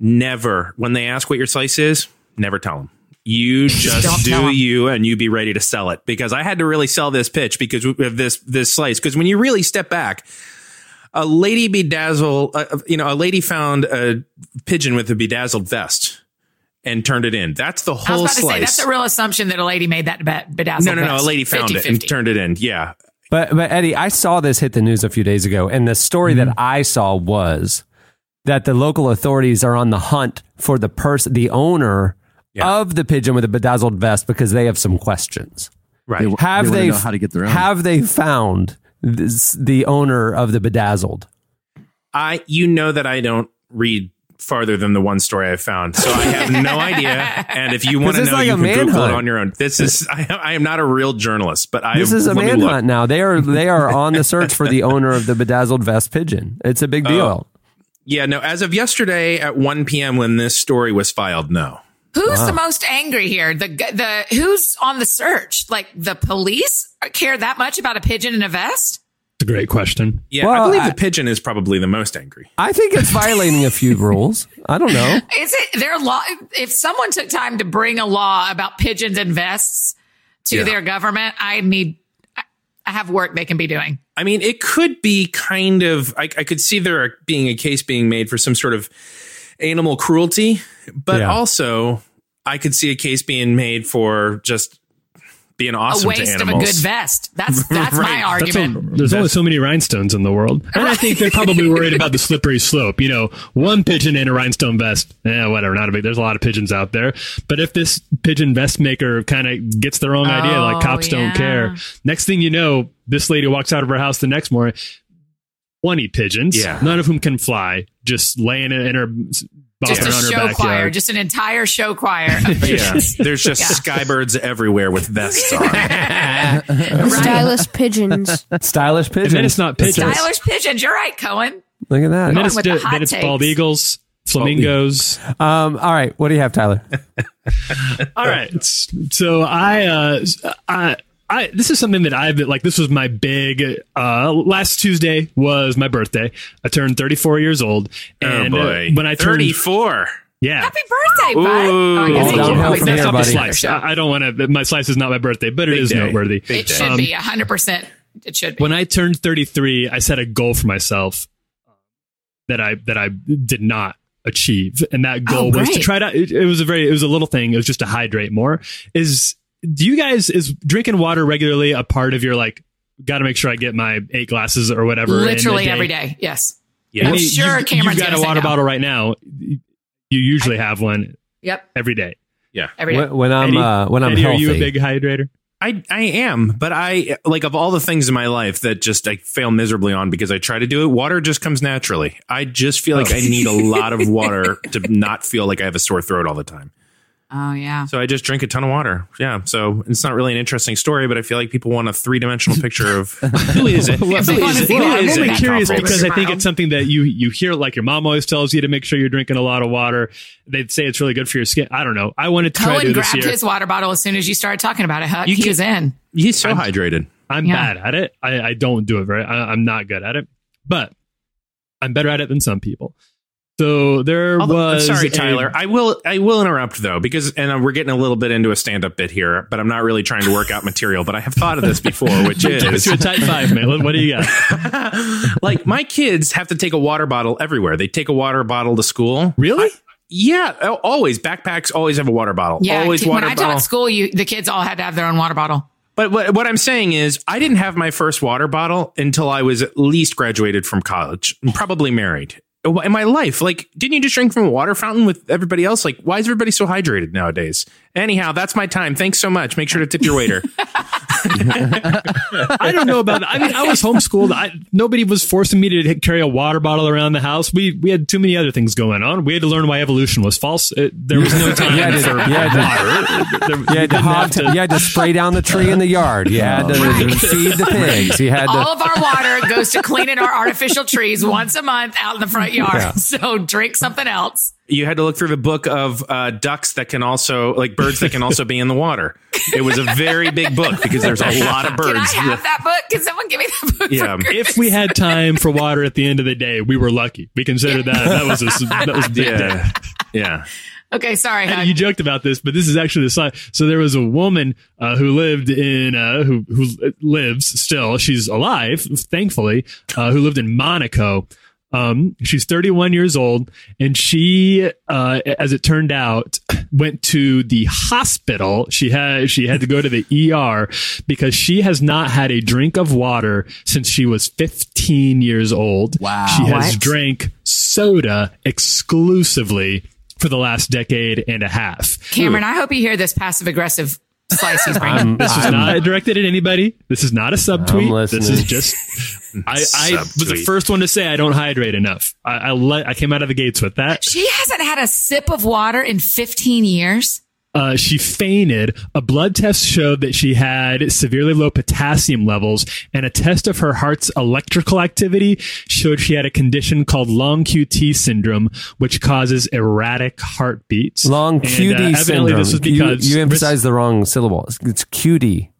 [SPEAKER 4] Never, when they ask what your slice is, never tell them. You just
[SPEAKER 6] Don't tell
[SPEAKER 4] do
[SPEAKER 6] 'em.
[SPEAKER 4] you and you be ready to sell it because I had to really sell this pitch because of this this slice because when you really step back a lady bedazzle uh, you know a lady found a pigeon with a bedazzled vest and turned it in that's the
[SPEAKER 6] I was
[SPEAKER 4] whole
[SPEAKER 6] about to
[SPEAKER 4] slice
[SPEAKER 6] say that's a real assumption that a lady made that be- bedazzled.
[SPEAKER 4] no no no
[SPEAKER 6] vest.
[SPEAKER 4] a lady found it and
[SPEAKER 6] 50-50.
[SPEAKER 4] turned it in yeah
[SPEAKER 3] But but Eddie, I saw this hit the news a few days ago, and the story
[SPEAKER 8] Mm-hmm.
[SPEAKER 3] that I saw was that the local authorities are on the hunt for the person, the owner
[SPEAKER 4] Yeah.
[SPEAKER 3] of the pigeon with a bedazzled vest, because they have some questions.
[SPEAKER 4] right
[SPEAKER 8] They-
[SPEAKER 3] Have
[SPEAKER 8] wanna
[SPEAKER 3] they,
[SPEAKER 8] know how to get their own.
[SPEAKER 3] Have they found this, the owner of the bedazzled?
[SPEAKER 4] I you know that I don't read farther than the one story I found, so I have no idea. And if you want to
[SPEAKER 3] This is
[SPEAKER 4] know,
[SPEAKER 3] like
[SPEAKER 4] you
[SPEAKER 3] a
[SPEAKER 4] can Google
[SPEAKER 3] manhunt.
[SPEAKER 4] it on your own. This is I, I am not a real journalist, but I
[SPEAKER 3] This is a
[SPEAKER 4] let me look.
[SPEAKER 3] manhunt now. They are they are on the search for the owner of the bedazzled vest pigeon. It's a
[SPEAKER 4] Oh.
[SPEAKER 3] big deal.
[SPEAKER 4] Yeah, no. As of yesterday at 1 p.m. when this story was filed, no.
[SPEAKER 6] Who's the most angry here? The g- the who's on the search? Like the police care that much about a pigeon in a vest?
[SPEAKER 5] It's a great question.
[SPEAKER 4] Yeah,
[SPEAKER 3] Well,
[SPEAKER 4] I believe
[SPEAKER 3] I-
[SPEAKER 4] the pigeon is probably the most angry.
[SPEAKER 3] I think it's violating a few rules. I don't know.
[SPEAKER 6] Is it their law? If someone took time to bring a law about pigeons and vests to
[SPEAKER 4] Yeah.
[SPEAKER 6] their government, I need. I- I have work they can be doing.
[SPEAKER 4] I mean, it could be kind of. I, I could see there being a case being made for some sort of animal cruelty, but
[SPEAKER 3] Yeah.
[SPEAKER 4] also I could see a case being made for just being awesome
[SPEAKER 6] a
[SPEAKER 4] to
[SPEAKER 6] waste of a
[SPEAKER 4] animals.
[SPEAKER 6] good vest. That's that's my
[SPEAKER 5] That's
[SPEAKER 6] argument.
[SPEAKER 5] all- there's only so many rhinestones in the world. And I think they're probably worried about the slippery slope. You know, one pigeon in a rhinestone vest, eh, whatever, not a big, there's a lot of pigeons out there. But if this pigeon vest maker kind of gets the wrong idea,
[SPEAKER 6] Oh,
[SPEAKER 5] like cops
[SPEAKER 6] yeah.
[SPEAKER 5] don't care, next thing you know, this lady walks out of her house the next morning, 20 pigeons,
[SPEAKER 4] Yeah.
[SPEAKER 5] none of whom can fly, just laying in her, bopping
[SPEAKER 6] just a
[SPEAKER 5] around her
[SPEAKER 6] show
[SPEAKER 5] backyard.
[SPEAKER 6] choir, just an entire show choir. of
[SPEAKER 4] Yeah,
[SPEAKER 6] pigeons.
[SPEAKER 4] there's just
[SPEAKER 6] Yeah.
[SPEAKER 4] skybirds everywhere with vests on.
[SPEAKER 7] Stylish pigeons.
[SPEAKER 3] Stylish pigeon.
[SPEAKER 5] and then it's not pigeons.
[SPEAKER 6] Stylish pigeons. You're right, Cohen.
[SPEAKER 3] Look at that.
[SPEAKER 5] And then it's,
[SPEAKER 6] with the hot
[SPEAKER 5] then it's bald
[SPEAKER 6] takes.
[SPEAKER 5] eagles, flamingos.
[SPEAKER 3] Um, all right. What do you have, Tyler?
[SPEAKER 5] All right. S- So I, uh, I, I, this is something that I've been like, this was my big, uh, last Tuesday was my birthday. I turned 34 years old.
[SPEAKER 4] Oh
[SPEAKER 5] And uh,
[SPEAKER 4] boy!
[SPEAKER 5] when I turned,
[SPEAKER 4] 34,
[SPEAKER 5] yeah.
[SPEAKER 6] Happy birthday, bud. Oh,
[SPEAKER 4] Ooh.
[SPEAKER 6] I guess
[SPEAKER 4] All
[SPEAKER 6] it-
[SPEAKER 3] downhill
[SPEAKER 6] wait,
[SPEAKER 3] from
[SPEAKER 6] that's
[SPEAKER 3] here,
[SPEAKER 6] not the
[SPEAKER 3] buddy.
[SPEAKER 6] slice.
[SPEAKER 5] slice. I, I don't want to, my slice is not my birthday, but it
[SPEAKER 4] Big
[SPEAKER 5] is
[SPEAKER 4] day.
[SPEAKER 5] noteworthy.
[SPEAKER 6] It should
[SPEAKER 5] Um,
[SPEAKER 6] be 100%. It should be.
[SPEAKER 5] When I turned 33, I set a goal for myself that I that I did not achieve, and that goal was to
[SPEAKER 6] great.
[SPEAKER 5] try to. It, it was a very it was a little thing. It was just to hydrate more. Is do you guys is drinking water regularly a part of your like? Got to make sure I get my eight glasses or whatever. in a
[SPEAKER 6] Literally every day. Yes.
[SPEAKER 5] I mean,
[SPEAKER 6] I'm sure
[SPEAKER 5] you've,
[SPEAKER 6] Cameron's
[SPEAKER 5] you've got
[SPEAKER 6] gonna
[SPEAKER 5] a
[SPEAKER 6] say
[SPEAKER 5] water
[SPEAKER 6] no.
[SPEAKER 5] bottle right now. You usually have one
[SPEAKER 6] Yep.
[SPEAKER 5] every day.
[SPEAKER 6] Every day.
[SPEAKER 3] When, when I'm
[SPEAKER 5] Eddie-
[SPEAKER 3] uh, when I'm
[SPEAKER 5] Eddie,
[SPEAKER 3] healthy.
[SPEAKER 5] are you a big hydrator?
[SPEAKER 4] I I am, but I like of all the things in my life that just I fail miserably on because I try to do it. Water just comes naturally. I just feel like I need a lot of water to not feel like I have a sore throat all the time.
[SPEAKER 6] Oh yeah.
[SPEAKER 4] So I just drink a ton of water. Yeah. So it's not really an interesting story, but I feel like people want a three dimensional picture of who is it? who is
[SPEAKER 6] they wanna
[SPEAKER 4] it?
[SPEAKER 6] see
[SPEAKER 4] Who
[SPEAKER 6] that,
[SPEAKER 5] I'm
[SPEAKER 4] is
[SPEAKER 6] then
[SPEAKER 5] only
[SPEAKER 6] they
[SPEAKER 4] it?
[SPEAKER 5] curious
[SPEAKER 6] Comparable
[SPEAKER 5] because
[SPEAKER 6] to
[SPEAKER 5] I think
[SPEAKER 6] mine.
[SPEAKER 5] it's something that you you hear like your mom always tells you to make sure you're drinking a lot of water. They'd say it's really good for your skin. I don't know. I wanted to try to
[SPEAKER 6] Cohen
[SPEAKER 5] do this
[SPEAKER 6] grabbed
[SPEAKER 5] year.
[SPEAKER 6] his water bottle as soon as you started talking about it. Huck,
[SPEAKER 4] You
[SPEAKER 6] he
[SPEAKER 4] can't-
[SPEAKER 6] was in.
[SPEAKER 4] He's so hydrated.
[SPEAKER 5] I'm
[SPEAKER 6] Yeah.
[SPEAKER 5] bad at it. I, I don't do it very. I, I'm not good at it, but I'm better at it than some people. So there
[SPEAKER 4] Although- I'm
[SPEAKER 5] was.
[SPEAKER 4] sorry,
[SPEAKER 5] a-
[SPEAKER 4] Tyler. I will. I will interrupt though, because and uh, we're getting a little bit into a stand-up bit here, but I'm not really trying to work out material. But I have thought of this before, which
[SPEAKER 5] Give us
[SPEAKER 4] is
[SPEAKER 5] your type five, man. What, what do you got?
[SPEAKER 4] like my kids have to take a water bottle everywhere. They take a water bottle to school.
[SPEAKER 5] Really?
[SPEAKER 4] Yeah, al- always backpacks always have a water bottle.
[SPEAKER 6] Yeah.
[SPEAKER 4] always
[SPEAKER 6] ki- when
[SPEAKER 4] water
[SPEAKER 6] I
[SPEAKER 4] bottle.
[SPEAKER 6] taught school, you the kids all had to have their own water bottle.
[SPEAKER 4] But what, what I'm saying is, I didn't have my first water bottle until I was at least graduated from college and probably married. In my life, like, didn't you just drink from a water fountain with everybody else? Like, why is everybody so hydrated nowadays? Anyhow, that's my time. Thanks so much. Make sure to tip your waiter.
[SPEAKER 5] I don't know about that. I mean, I was homeschooled. I, nobody was forcing me to carry a water bottle around the house. We we had too many other things going on. We had to learn why evolution was false. It, there was no time
[SPEAKER 3] Yeah, I did.
[SPEAKER 5] for
[SPEAKER 3] Yeah, I
[SPEAKER 5] water.
[SPEAKER 3] You
[SPEAKER 5] There- you
[SPEAKER 3] had to
[SPEAKER 5] didn't have
[SPEAKER 3] hog.
[SPEAKER 5] to-
[SPEAKER 3] you had to spray down the tree in the yard. You had to feed the pigs. You had
[SPEAKER 6] All
[SPEAKER 3] to.
[SPEAKER 6] of our water goes to cleaning our artificial trees once a month out in the front yard. So drink something else.
[SPEAKER 4] you had to look through the book of uh, ducks that can also, like, birds that can also be in the water. It was a very big book because there's a lot of
[SPEAKER 6] Can I
[SPEAKER 4] birds.
[SPEAKER 6] have that book? Can someone give me that book?
[SPEAKER 4] Yeah.
[SPEAKER 6] For
[SPEAKER 5] if we had time for water at the end of the day, we were lucky. We considered that that was a, that was a big day.
[SPEAKER 4] yeah, yeah.
[SPEAKER 6] okay, sorry.
[SPEAKER 5] And
[SPEAKER 6] Huck.
[SPEAKER 5] you joked about this, but this is actually the side. So there was a woman uh, who lived in uh, who who lives still. She's alive, thankfully. Uh, who lived in Monaco. Um, she's 31 years old, and she, uh, as it turned out, went to the hospital. She had she had to go to the ER because she has not had a drink of water since she was 15 years old.
[SPEAKER 8] Wow.
[SPEAKER 5] She has
[SPEAKER 6] What?
[SPEAKER 5] drank soda exclusively for the last decade and a half.
[SPEAKER 6] Cameron, I hope you hear this passive aggressive slice he's bringing.
[SPEAKER 5] Um, This is not directed at anybody. This is not a subtweet. This
[SPEAKER 3] listening.
[SPEAKER 5] is just. I, I was the
[SPEAKER 4] Subtweet.
[SPEAKER 5] first one to say I don't hydrate enough. I I, let, I came out of the gates with that.
[SPEAKER 6] she hasn't had a sip of water in 15 years.
[SPEAKER 5] Uh, she fainted. A blood test showed that she had severely low potassium levels, and a test of her heart's electrical activity showed she had a condition called long QT syndrome, which causes erratic heartbeats.
[SPEAKER 3] Long
[SPEAKER 5] And, uh,
[SPEAKER 3] QD
[SPEAKER 5] evidently
[SPEAKER 3] syndrome.
[SPEAKER 5] This was because
[SPEAKER 3] you, you emphasize the wrong syllable. It's, it's QD.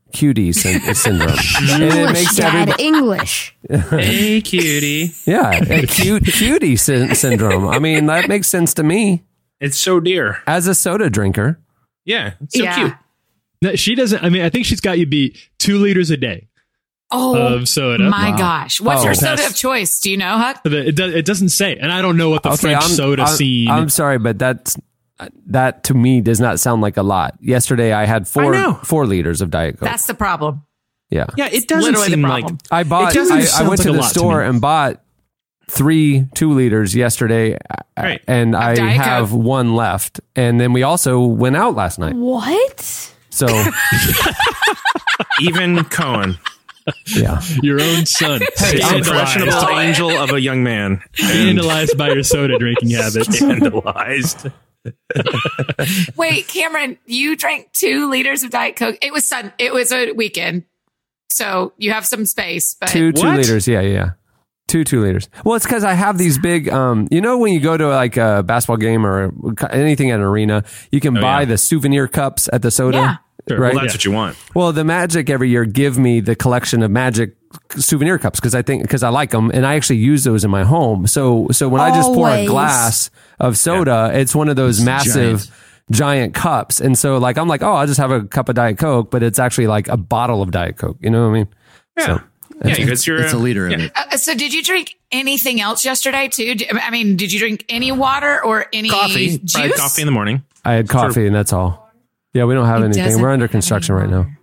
[SPEAKER 3] QD syn- syndrome. and it
[SPEAKER 7] English,
[SPEAKER 3] makes
[SPEAKER 7] Dad.
[SPEAKER 3] everybody.
[SPEAKER 7] English.
[SPEAKER 4] Hey, cutie.
[SPEAKER 3] Yeah. Cute, cutie syn- syndrome. I mean, that makes sense to me
[SPEAKER 4] It's so dear.
[SPEAKER 3] as a soda drinker.
[SPEAKER 4] Yeah, it's so
[SPEAKER 6] Yeah.
[SPEAKER 4] cute.
[SPEAKER 5] No, she doesn't. I mean, I think she's got you beat two liters a day
[SPEAKER 6] Oh
[SPEAKER 5] of soda.
[SPEAKER 6] my gosh. What's
[SPEAKER 3] Oh.
[SPEAKER 6] her soda
[SPEAKER 5] Pass.
[SPEAKER 6] of choice? Do you know, Huck?
[SPEAKER 5] So that it, does, it doesn't say, and I don't know what the French soda
[SPEAKER 3] I'm,
[SPEAKER 5] scene.
[SPEAKER 3] I'm sorry, but that's that to me does not sound like a lot. Yesterday, I had four
[SPEAKER 4] know.
[SPEAKER 3] four liters of diet coke.
[SPEAKER 6] That's the problem.
[SPEAKER 3] yeah,
[SPEAKER 4] Yeah, it doesn't
[SPEAKER 6] Literally the
[SPEAKER 4] seem
[SPEAKER 6] problem.
[SPEAKER 4] like
[SPEAKER 3] I bought.
[SPEAKER 5] It doesn't
[SPEAKER 3] I, I
[SPEAKER 5] sound
[SPEAKER 3] went
[SPEAKER 5] like
[SPEAKER 3] to
[SPEAKER 5] a
[SPEAKER 3] the
[SPEAKER 5] lot to
[SPEAKER 3] store
[SPEAKER 5] me.
[SPEAKER 3] and bought three two liters yesterday, uh,
[SPEAKER 5] Right.
[SPEAKER 3] and I
[SPEAKER 6] Diet Coke.
[SPEAKER 3] have one left. And then we also went out last night,
[SPEAKER 7] What?
[SPEAKER 3] so
[SPEAKER 4] even Cohen.
[SPEAKER 3] yeah.
[SPEAKER 5] your own son,
[SPEAKER 4] An
[SPEAKER 5] scandalized,
[SPEAKER 4] impressionable angel of a young man.
[SPEAKER 5] scandalized by your soda drinking habits.
[SPEAKER 4] Scandalized.
[SPEAKER 6] Wait, Cameron, you drank two liters of Diet Coke. It was sun. It was a weekend. So you have some space, but
[SPEAKER 3] two two
[SPEAKER 4] What?
[SPEAKER 3] liters. Yeah, yeah, yeah. Two two liters. Well, it's because I have these big. Um, you know, when you go to like a basketball game or anything at an arena, you can buy
[SPEAKER 4] Oh, yeah.
[SPEAKER 3] the souvenir cups at the soda.
[SPEAKER 6] Yeah.
[SPEAKER 5] Sure.
[SPEAKER 3] Right.
[SPEAKER 4] Well, that's what you want.
[SPEAKER 3] Well, the Magic every year give me the collection of Magic souvenir cups because I think because I like them and I actually use those in my home. So so when I just pour a
[SPEAKER 7] Always.
[SPEAKER 3] glass of soda, it's one of those massive. Giant. cups, and so like I'm like, oh, I'll just have a cup of Diet Coke, but it's actually like a bottle of Diet Coke. You know what I mean?
[SPEAKER 4] Yeah.
[SPEAKER 3] So,
[SPEAKER 4] Yeah, because you're
[SPEAKER 8] It's a liter of it.
[SPEAKER 6] Uh, so did you drink anything else yesterday too? D- I mean, did you drink any water or any
[SPEAKER 4] Coffee.
[SPEAKER 6] juice?
[SPEAKER 4] Probably coffee in the morning.
[SPEAKER 3] I had coffee, and that's all. Yeah, we don't have
[SPEAKER 6] He
[SPEAKER 3] anything.
[SPEAKER 6] doesn't
[SPEAKER 3] We're under
[SPEAKER 6] have any
[SPEAKER 3] construction right now.
[SPEAKER 6] water.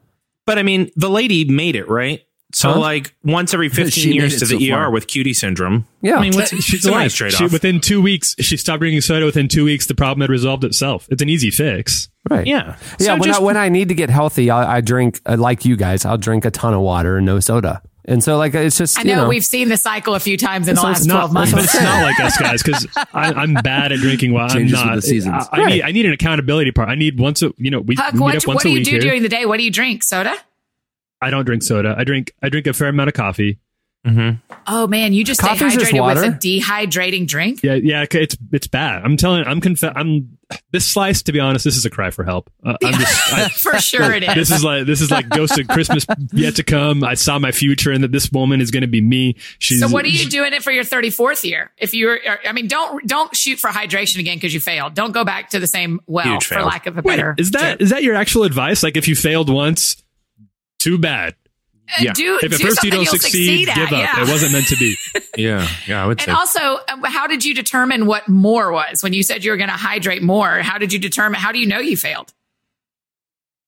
[SPEAKER 4] But I mean, the lady made it, right? So like once every 15
[SPEAKER 8] made
[SPEAKER 4] years
[SPEAKER 8] it
[SPEAKER 4] to the
[SPEAKER 8] so
[SPEAKER 4] ER
[SPEAKER 8] far.
[SPEAKER 4] with cutie syndrome.
[SPEAKER 3] Yeah.
[SPEAKER 4] I mean, what's,
[SPEAKER 5] She's
[SPEAKER 4] it's a
[SPEAKER 5] alive.
[SPEAKER 4] nice trade
[SPEAKER 5] She,
[SPEAKER 4] off.
[SPEAKER 5] within two weeks, she stopped drinking soda. Within two weeks, the problem had resolved itself. It's an easy fix.
[SPEAKER 3] Right.
[SPEAKER 4] Yeah.
[SPEAKER 3] Yeah.
[SPEAKER 4] So
[SPEAKER 3] when,
[SPEAKER 4] just-
[SPEAKER 3] I, when I need to get healthy, I, I drink uh, like you guys. I'll drink a ton of water and no soda. And so like it's just
[SPEAKER 6] I
[SPEAKER 3] you
[SPEAKER 6] know,
[SPEAKER 3] know
[SPEAKER 6] we've seen the cycle a few times in the
[SPEAKER 5] So
[SPEAKER 6] last
[SPEAKER 5] it's not,
[SPEAKER 6] 12 months.
[SPEAKER 5] But it's not like us guys because I'm bad at drinking wine. I'm
[SPEAKER 8] Changes with
[SPEAKER 5] not.
[SPEAKER 8] the seasons.
[SPEAKER 5] I, I need, I need an accountability part. I need once a you know we
[SPEAKER 6] Huck,
[SPEAKER 5] we meet
[SPEAKER 6] what,
[SPEAKER 5] up once
[SPEAKER 6] what do
[SPEAKER 5] a
[SPEAKER 6] you
[SPEAKER 5] week
[SPEAKER 6] do
[SPEAKER 5] here.
[SPEAKER 6] during the day? What do you drink? Soda?
[SPEAKER 5] I don't drink soda. I drink I drink a fair amount of coffee.
[SPEAKER 8] Mm-hmm.
[SPEAKER 6] Oh man, you just
[SPEAKER 3] Coffee's
[SPEAKER 6] stay
[SPEAKER 3] just
[SPEAKER 6] hydrated with
[SPEAKER 3] water.
[SPEAKER 6] a dehydrating drink.
[SPEAKER 5] Yeah, yeah. okay, It's it's bad. I'm telling. I'm confess. I'm this slice. To be honest, this is a cry for help. Uh, I'm just. I,
[SPEAKER 6] For sure it is.
[SPEAKER 5] this is like this is like ghosted Christmas yet to come. I saw my future, and that this woman is going to be me. She's
[SPEAKER 6] So what are you doing it for your 34th year? If you're, I mean, don't, don't shoot for hydration again because you failed. Don't go back to the same well
[SPEAKER 4] Huge
[SPEAKER 6] for
[SPEAKER 4] fail.
[SPEAKER 6] lack of a
[SPEAKER 5] Wait,
[SPEAKER 6] better.
[SPEAKER 5] is that is that your actual advice? Like if you failed once, too bad.
[SPEAKER 4] Yeah.
[SPEAKER 6] Uh, do,
[SPEAKER 5] If
[SPEAKER 6] do
[SPEAKER 5] at first you
[SPEAKER 6] something
[SPEAKER 5] don't
[SPEAKER 6] you'll
[SPEAKER 5] succeed,
[SPEAKER 6] at,
[SPEAKER 5] give up.
[SPEAKER 6] yeah.
[SPEAKER 5] It wasn't meant to be.
[SPEAKER 4] Yeah, yeah, I would
[SPEAKER 6] And
[SPEAKER 4] say.
[SPEAKER 6] also, uh, how did you determine what more was when you said you were going to hydrate more? How did you determine? How do you know you failed?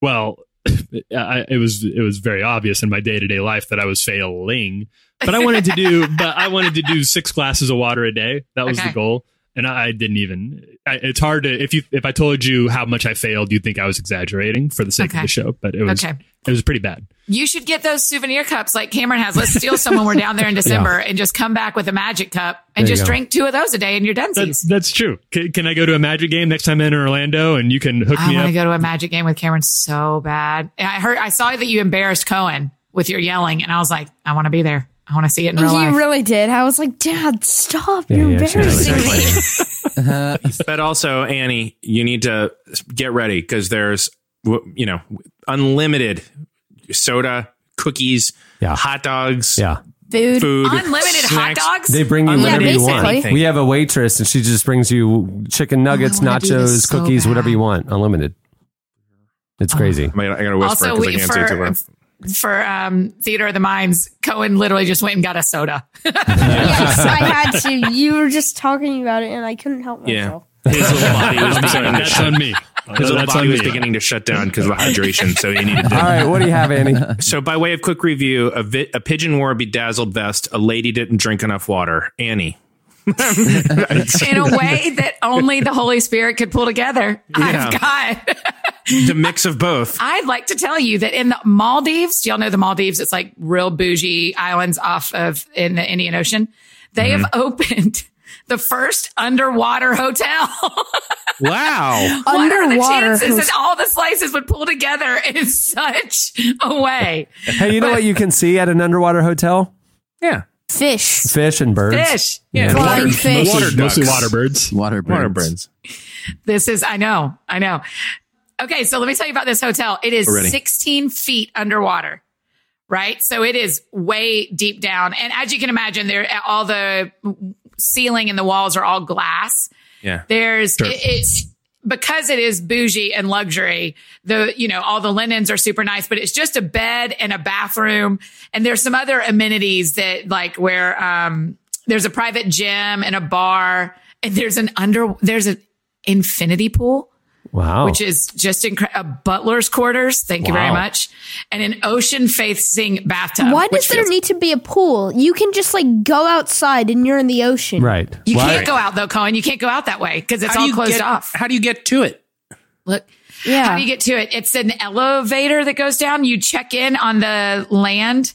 [SPEAKER 5] Well, I, it was it was very obvious in my day to day life that I was failing. But I wanted to do but I wanted to do six glasses of water a day. That was
[SPEAKER 6] Okay.
[SPEAKER 5] the goal, and I, I didn't even. I, it's hard to if you if I told you how much I failed, you'd think I was exaggerating for the sake
[SPEAKER 6] Okay.
[SPEAKER 5] of the show. But it was
[SPEAKER 6] Okay.
[SPEAKER 5] it was pretty bad.
[SPEAKER 6] You should get those souvenir cups like Cameron has. Let's steal some when we're down there in December and just come back with a magic cup and
[SPEAKER 3] There you
[SPEAKER 6] just
[SPEAKER 3] go.
[SPEAKER 6] drink two of those a day and you're done.
[SPEAKER 5] That's that's true. Can, can I go to a magic game next time in Orlando, and you can hook
[SPEAKER 6] I
[SPEAKER 5] me
[SPEAKER 6] want to
[SPEAKER 5] up?
[SPEAKER 6] go to a magic game with Cameron so bad. And I heard, I saw that you embarrassed Cohen with your yelling, and I was like, I want to be there. I want to see it in real
[SPEAKER 7] He
[SPEAKER 6] life.
[SPEAKER 7] really did. I was like, Dad, stop. You're
[SPEAKER 3] yeah, she really
[SPEAKER 7] embarrassing me.
[SPEAKER 4] but also, Annie, you need to get ready because there's, w- you know, unlimited soda, cookies,
[SPEAKER 3] Yeah.
[SPEAKER 4] hot dogs,
[SPEAKER 3] yeah.
[SPEAKER 7] Food.
[SPEAKER 4] food,
[SPEAKER 6] Unlimited
[SPEAKER 4] snacks.
[SPEAKER 6] hot dogs.
[SPEAKER 3] They bring you
[SPEAKER 4] Yeah,
[SPEAKER 3] whatever you want.
[SPEAKER 7] basically.
[SPEAKER 3] We have a waitress, and she just brings you chicken nuggets,
[SPEAKER 6] wanna do this
[SPEAKER 3] nachos,
[SPEAKER 6] so
[SPEAKER 3] cookies, whatever
[SPEAKER 6] bad. Oh.
[SPEAKER 3] you want, unlimited. It's crazy.
[SPEAKER 4] I, mean, I gotta whisper
[SPEAKER 6] Also,
[SPEAKER 4] because I
[SPEAKER 6] we-
[SPEAKER 4] can't say it too
[SPEAKER 6] for-
[SPEAKER 4] loud.
[SPEAKER 6] for um, Theater of the Minds, Cohen literally just went and got a soda.
[SPEAKER 7] yes, I had to. You were just talking about it, and I couldn't help
[SPEAKER 4] Yeah.
[SPEAKER 7] myself.
[SPEAKER 4] His little body was beginning to
[SPEAKER 5] That's
[SPEAKER 4] shut.
[SPEAKER 5] on me.
[SPEAKER 4] His little
[SPEAKER 5] That's
[SPEAKER 4] body
[SPEAKER 5] on
[SPEAKER 4] was
[SPEAKER 5] me.
[SPEAKER 4] beginning to shut down because of the hydration, so he needed.
[SPEAKER 3] All
[SPEAKER 4] To.
[SPEAKER 3] right, what do you have, Annie?
[SPEAKER 4] So, by way of quick review, a, vi- a pigeon wore a bedazzled vest. A lady didn't drink enough water. Annie,
[SPEAKER 6] in a way that only the Holy Spirit could pull together. I've got.
[SPEAKER 4] the mix of both.
[SPEAKER 6] I'd like to tell you that in the Maldives, do y'all know the Maldives? It's like real bougie islands off of in the Indian Ocean. They have
[SPEAKER 3] Mm-hmm.
[SPEAKER 6] opened the first underwater hotel.
[SPEAKER 3] Oh.
[SPEAKER 4] Wow.
[SPEAKER 6] what are the
[SPEAKER 7] Underwater
[SPEAKER 6] chances that
[SPEAKER 7] hotel.
[SPEAKER 6] all the slices would pull together in such a way?
[SPEAKER 3] Hey, you know what you can see at an underwater hotel?
[SPEAKER 4] Yeah.
[SPEAKER 7] Fish.
[SPEAKER 3] Fish and birds.
[SPEAKER 6] Fish.
[SPEAKER 4] Yeah.
[SPEAKER 7] Flying
[SPEAKER 4] Water,
[SPEAKER 7] fish.
[SPEAKER 4] water
[SPEAKER 5] Mostly- mostly
[SPEAKER 4] ducks.
[SPEAKER 5] water birds.
[SPEAKER 8] Water burns.
[SPEAKER 4] Water burns.
[SPEAKER 6] This is, I know, I know. Okay, so let me tell you about this hotel. It is
[SPEAKER 4] Already.
[SPEAKER 6] 16 feet underwater, right? So it is way deep down. And as you can imagine, there all the ceiling and the walls are all glass.
[SPEAKER 4] Yeah.
[SPEAKER 6] There's it- it's because it is bougie and luxury. The you know all the linens are super nice, but it's just a bed and a bathroom, and there's some other amenities that like where um there's a private gym and a bar, and there's an under there's an infinity pool
[SPEAKER 3] Wow.
[SPEAKER 6] which is just incre- a butler's quarters. Thank you very
[SPEAKER 3] Wow.
[SPEAKER 6] much. And an ocean facing bathtub.
[SPEAKER 7] Why
[SPEAKER 6] which
[SPEAKER 7] does there
[SPEAKER 6] feels-
[SPEAKER 7] need to be a pool? You can just like go outside and you're in the ocean.
[SPEAKER 3] right.
[SPEAKER 6] You
[SPEAKER 3] Why-
[SPEAKER 6] can't go out though, Cohen. You can't go out that way because it's all closed
[SPEAKER 4] get,
[SPEAKER 6] off.
[SPEAKER 4] How do you get to it?
[SPEAKER 6] Look,
[SPEAKER 7] Yeah.
[SPEAKER 6] how do you get to it? It's an elevator that goes down. You check in on the land.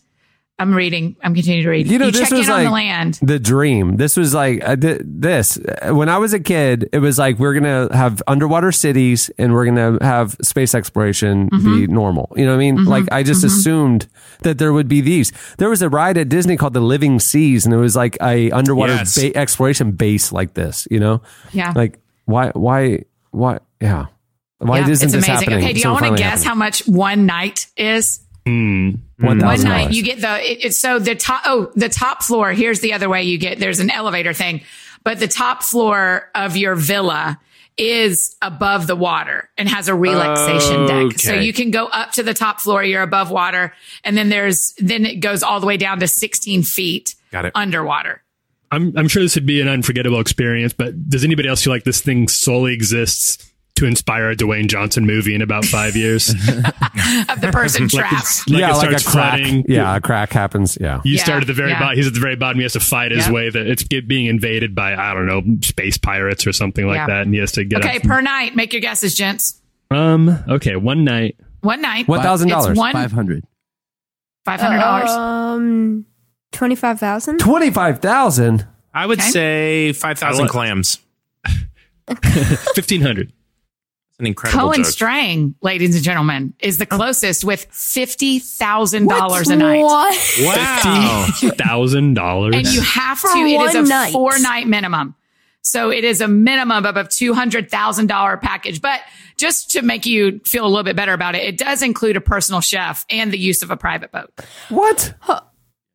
[SPEAKER 6] I'm reading. I'm continuing to read.
[SPEAKER 3] You know,
[SPEAKER 6] check
[SPEAKER 3] this
[SPEAKER 6] in
[SPEAKER 3] was
[SPEAKER 6] on
[SPEAKER 3] like
[SPEAKER 6] the land.
[SPEAKER 3] the dream. This was like uh, th- this. Uh, When I was a kid, it was like we're gonna have underwater cities and we're gonna have space exploration
[SPEAKER 6] Mm-hmm.
[SPEAKER 3] be normal. You know what I mean? Like I just assumed that there would be these. There was a ride at Disney called the Living Seas, and it was like a underwater
[SPEAKER 4] Yes.
[SPEAKER 3] ba- exploration base like this. You know?
[SPEAKER 6] Yeah.
[SPEAKER 3] Like why? Why? Why? Yeah. Why
[SPEAKER 6] Yeah,
[SPEAKER 3] isn't
[SPEAKER 6] it's
[SPEAKER 3] this
[SPEAKER 6] amazing.
[SPEAKER 3] happening?
[SPEAKER 6] Okay, do y'all want to guess how much one night is?
[SPEAKER 3] how
[SPEAKER 5] Mm.
[SPEAKER 3] one
[SPEAKER 6] One
[SPEAKER 3] thousand
[SPEAKER 6] night
[SPEAKER 3] dollars?
[SPEAKER 6] you get the it, it's so the top oh the top floor. Here's the other way you get. There's an elevator thing, but the top floor of your villa is above the water and has a relaxation deck. So
[SPEAKER 4] Okay.
[SPEAKER 6] you can go up to the top floor. You're above water, and then there's then it goes all the way down to 16 feet
[SPEAKER 4] Got it.
[SPEAKER 6] underwater.
[SPEAKER 5] I'm I'm sure this would be an unforgettable experience, but does anybody else feel like this thing solely exists to inspire a Dwayne Johnson movie in about five years? like
[SPEAKER 6] Of the person trapped.
[SPEAKER 5] it's- like
[SPEAKER 3] yeah,
[SPEAKER 5] it
[SPEAKER 3] like a
[SPEAKER 5] starts
[SPEAKER 3] crack.
[SPEAKER 5] flooding.
[SPEAKER 3] Yeah, a crack happens. Yeah.
[SPEAKER 5] You
[SPEAKER 6] Yeah,
[SPEAKER 5] start at the very
[SPEAKER 6] yeah.
[SPEAKER 5] bottom. He's at the very bottom. He has to fight his
[SPEAKER 6] Yeah.
[SPEAKER 5] way. That it's get- being invaded by I don't know space pirates or something like
[SPEAKER 6] Yeah.
[SPEAKER 5] that, and he has to get
[SPEAKER 6] Okay,
[SPEAKER 5] up.
[SPEAKER 6] per night. Make your guesses, gents.
[SPEAKER 5] um. Okay, one night.
[SPEAKER 6] One night.
[SPEAKER 3] One thousand
[SPEAKER 6] It's
[SPEAKER 3] dollars.
[SPEAKER 6] one
[SPEAKER 8] Five hundred.
[SPEAKER 6] Five hundred dollars.
[SPEAKER 7] Um, twenty five thousand.
[SPEAKER 3] Twenty five thousand.
[SPEAKER 4] I would
[SPEAKER 6] Okay.
[SPEAKER 4] say five thousand clams.
[SPEAKER 5] Fifteen hundred.
[SPEAKER 4] It's an incredible Oh.
[SPEAKER 6] Cohen
[SPEAKER 4] joke.
[SPEAKER 6] Strang, ladies and gentlemen, is the closest with fifty thousand dollars a night.
[SPEAKER 7] What?
[SPEAKER 4] wow.
[SPEAKER 5] Fifty thousand
[SPEAKER 6] And you
[SPEAKER 5] dollars.
[SPEAKER 6] have
[SPEAKER 7] For
[SPEAKER 6] to. It is a
[SPEAKER 7] one night.
[SPEAKER 6] four night minimum. So it is a minimum of a two hundred thousand dollar package. But just to make you feel a little bit better about it, it does include a personal chef and the use of a private boat,
[SPEAKER 3] What?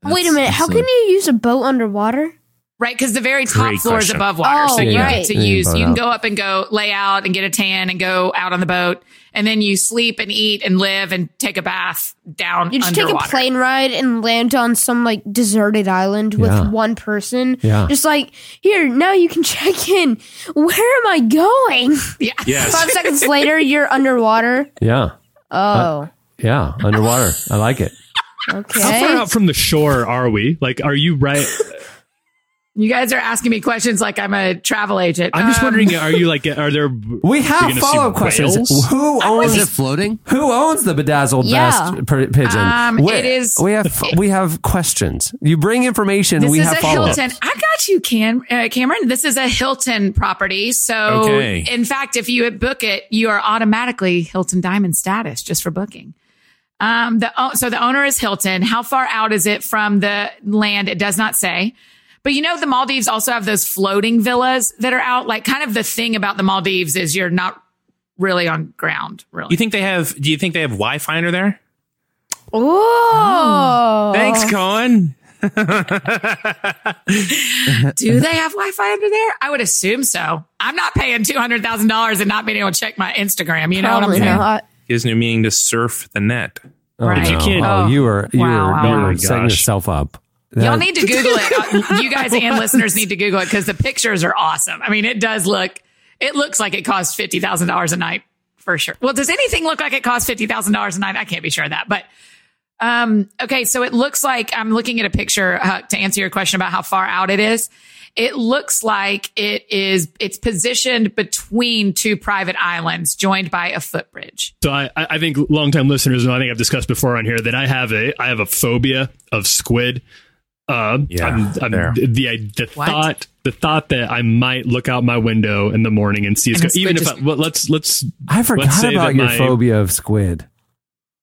[SPEAKER 7] Wait a minute. How
[SPEAKER 8] awesome.
[SPEAKER 7] can you use a boat underwater?
[SPEAKER 6] right? Because the very top
[SPEAKER 4] Great
[SPEAKER 6] floor is
[SPEAKER 4] question.
[SPEAKER 6] above water,
[SPEAKER 7] Oh,
[SPEAKER 6] so you
[SPEAKER 7] right.
[SPEAKER 6] get to
[SPEAKER 3] Yeah, you
[SPEAKER 6] use.
[SPEAKER 3] can
[SPEAKER 6] You can
[SPEAKER 3] go out.
[SPEAKER 6] go up and go lay out and get a tan and go out on the boat, and then you sleep and eat and live and take a bath down.
[SPEAKER 7] You just take
[SPEAKER 6] underwater.
[SPEAKER 7] a plane ride and land on some like deserted island with
[SPEAKER 3] Yeah.
[SPEAKER 7] one person.
[SPEAKER 3] Yeah.
[SPEAKER 7] Just like here now you can check in. Where am I going?
[SPEAKER 6] Yeah.
[SPEAKER 4] Yes.
[SPEAKER 7] Five seconds later, you're underwater.
[SPEAKER 3] Yeah.
[SPEAKER 7] Oh,
[SPEAKER 3] Yeah. Underwater. I like it.
[SPEAKER 5] How far
[SPEAKER 7] okay.
[SPEAKER 5] out from the shore are we? Like, are you right?
[SPEAKER 6] You guys are asking me questions like I'm a travel agent.
[SPEAKER 5] I'm just
[SPEAKER 6] Um,
[SPEAKER 5] wondering, are you like, are there?
[SPEAKER 3] We have
[SPEAKER 5] gonna see
[SPEAKER 3] follow up questions.
[SPEAKER 5] whales?
[SPEAKER 3] Who
[SPEAKER 8] Is it
[SPEAKER 3] owns
[SPEAKER 8] floating?
[SPEAKER 3] who owns the bedazzled
[SPEAKER 7] Yeah.
[SPEAKER 3] vest p- pigeon?
[SPEAKER 6] Um,
[SPEAKER 3] We-
[SPEAKER 6] it is-
[SPEAKER 3] We have we have questions. You bring information.
[SPEAKER 6] This
[SPEAKER 3] we
[SPEAKER 6] is
[SPEAKER 3] have
[SPEAKER 6] a
[SPEAKER 3] follow up.
[SPEAKER 6] Hilton. I got you, Cam, uh, Cameron. This is a Hilton property. So,
[SPEAKER 4] Okay.
[SPEAKER 6] in fact, if you book it, you are automatically Hilton Diamond status just for booking. Um, the o- so the owner is Hilton. How far out is it from the land? It does not say. But you know, the Maldives also have those floating villas that are out. Like, kind of the thing about the Maldives is you're not really on ground. Really,
[SPEAKER 4] You think they have? Do you think they have Wi-Fi under there?
[SPEAKER 7] Oh,
[SPEAKER 4] Thanks, Cohen.
[SPEAKER 6] Do they have Wi Fi under there? I would assume so. I'm not paying two hundred thousand dollars and not being able to check my Instagram. You know
[SPEAKER 7] Probably
[SPEAKER 6] what I'm saying?
[SPEAKER 7] not.
[SPEAKER 4] Gives new meaning to surf the net.
[SPEAKER 6] Right.
[SPEAKER 5] You can't- Oh
[SPEAKER 3] Oh, you are you
[SPEAKER 6] Wow,
[SPEAKER 3] are
[SPEAKER 6] wow,
[SPEAKER 3] you
[SPEAKER 6] wow.
[SPEAKER 3] are
[SPEAKER 5] my
[SPEAKER 3] setting
[SPEAKER 5] gosh.
[SPEAKER 3] yourself up.
[SPEAKER 6] Y'all
[SPEAKER 3] That-
[SPEAKER 6] need to Google it. Uh, you guys and listeners need to Google it because the pictures are awesome. I mean, it does look. It looks like it costs fifty thousand dollars a night for sure. Well, does anything look like it costs fifty thousand dollars a night? I can't be sure of that, but. Um, okay, so it looks like I'm looking at a picture uh, to answer your question about how far out it is. It looks like it is, it's positioned between two private islands joined by a footbridge.
[SPEAKER 5] So I, I I think longtime listeners know. I think I've discussed before on here that I have a I have a phobia of squid. Uh,
[SPEAKER 4] Yeah,
[SPEAKER 5] I'm- I'm-
[SPEAKER 4] there.
[SPEAKER 5] the the
[SPEAKER 6] What?
[SPEAKER 5] thought the thought that I might look out my window in the morning and see a
[SPEAKER 6] And
[SPEAKER 5] squid,
[SPEAKER 6] a squid
[SPEAKER 5] even if I,
[SPEAKER 6] just-
[SPEAKER 5] well, let's let's
[SPEAKER 3] I
[SPEAKER 5] let's
[SPEAKER 3] forgot
[SPEAKER 5] say
[SPEAKER 3] about
[SPEAKER 5] that
[SPEAKER 3] your
[SPEAKER 5] my
[SPEAKER 3] phobia of squid.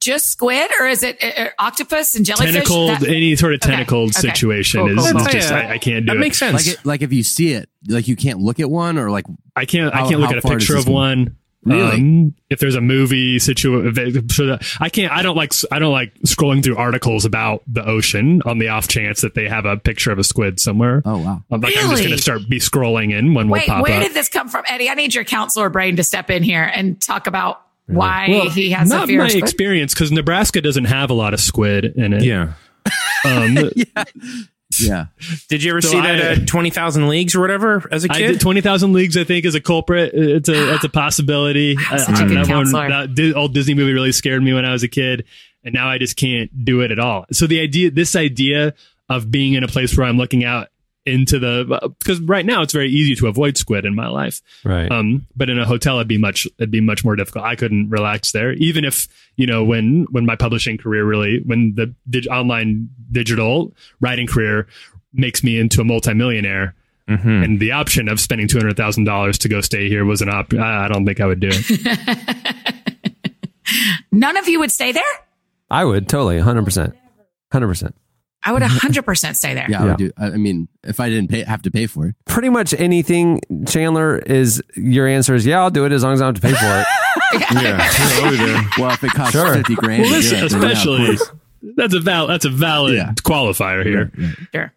[SPEAKER 6] Just squid or is it uh, uh, octopus and jellyfish?
[SPEAKER 5] tentacled
[SPEAKER 6] That-
[SPEAKER 5] any sort of
[SPEAKER 6] Okay,
[SPEAKER 5] tentacled
[SPEAKER 6] okay.
[SPEAKER 5] situation
[SPEAKER 6] Cool,
[SPEAKER 5] is,
[SPEAKER 6] cool,
[SPEAKER 5] is
[SPEAKER 6] cool.
[SPEAKER 5] just I, I can't do
[SPEAKER 4] that
[SPEAKER 5] it.
[SPEAKER 4] makes sense.
[SPEAKER 8] Like, it, like if you see it, like you can't look at one, or like
[SPEAKER 5] I can't I
[SPEAKER 8] How-
[SPEAKER 5] can't look
[SPEAKER 8] how
[SPEAKER 5] at a
[SPEAKER 8] far does
[SPEAKER 5] picture
[SPEAKER 8] this
[SPEAKER 5] of
[SPEAKER 8] go?
[SPEAKER 5] one.
[SPEAKER 8] Really?
[SPEAKER 5] Um, if there's a movie situation, I can't. I don't like. I don't like scrolling through articles about the ocean on the off chance that they have a picture of a squid somewhere.
[SPEAKER 8] oh wow,
[SPEAKER 5] I'm like, I'm just
[SPEAKER 6] Really?
[SPEAKER 5] going to start be scrolling in when we'll
[SPEAKER 6] Wait,
[SPEAKER 5] pop
[SPEAKER 6] where
[SPEAKER 5] up.
[SPEAKER 6] did this come from, Eddie? I need your counselor brain to step in here and talk about why
[SPEAKER 5] Well,
[SPEAKER 6] he has a
[SPEAKER 5] not
[SPEAKER 6] fear
[SPEAKER 5] my
[SPEAKER 6] of squid.
[SPEAKER 5] experience because Nebraska doesn't have a lot of squid in it.
[SPEAKER 4] yeah.
[SPEAKER 5] Um,
[SPEAKER 8] yeah.
[SPEAKER 4] Did you ever
[SPEAKER 5] So
[SPEAKER 4] see
[SPEAKER 5] I-
[SPEAKER 4] that uh, Twenty Thousand Leagues or whatever as a
[SPEAKER 5] I
[SPEAKER 4] kid?
[SPEAKER 5] did twenty thousand leagues. I think is a culprit. It's a that's a possibility. I-
[SPEAKER 6] such a
[SPEAKER 5] I-
[SPEAKER 6] good
[SPEAKER 5] that one-
[SPEAKER 6] counselor.
[SPEAKER 5] that Di- old Disney movie really scared me when I was a kid, and now I just can't do it at all. So the idea, this idea of being in a place where I'm looking out into the because right now it's very easy to avoid squid in my life.
[SPEAKER 3] Right.
[SPEAKER 5] Um, but in a hotel, it'd be much it'd be much more difficult. I couldn't relax there, even if you know when when my publishing career really when the dig- online digital writing career makes me into a multimillionaire. And the option of spending two hundred thousand dollars to go stay here was an op. I I don't think I would do it.
[SPEAKER 6] None of you would stay there.
[SPEAKER 3] I would totally 100%. 100%.
[SPEAKER 6] I would 100% stay there.
[SPEAKER 8] Yeah, I
[SPEAKER 3] Yeah.
[SPEAKER 8] would do. I I mean, if I didn't pay, have to pay for it,
[SPEAKER 3] Pretty much anything Chandler is your answer is yeah, I'll do it as long as I don't have to pay for it.
[SPEAKER 8] well, if it costs
[SPEAKER 3] Sure.
[SPEAKER 8] fifty grand,
[SPEAKER 5] Well,
[SPEAKER 8] to
[SPEAKER 5] this
[SPEAKER 8] do it, then yeah, of
[SPEAKER 5] especially
[SPEAKER 8] course.
[SPEAKER 5] that's a val that's a valid
[SPEAKER 8] Yeah.
[SPEAKER 5] qualifier here.
[SPEAKER 6] Sure.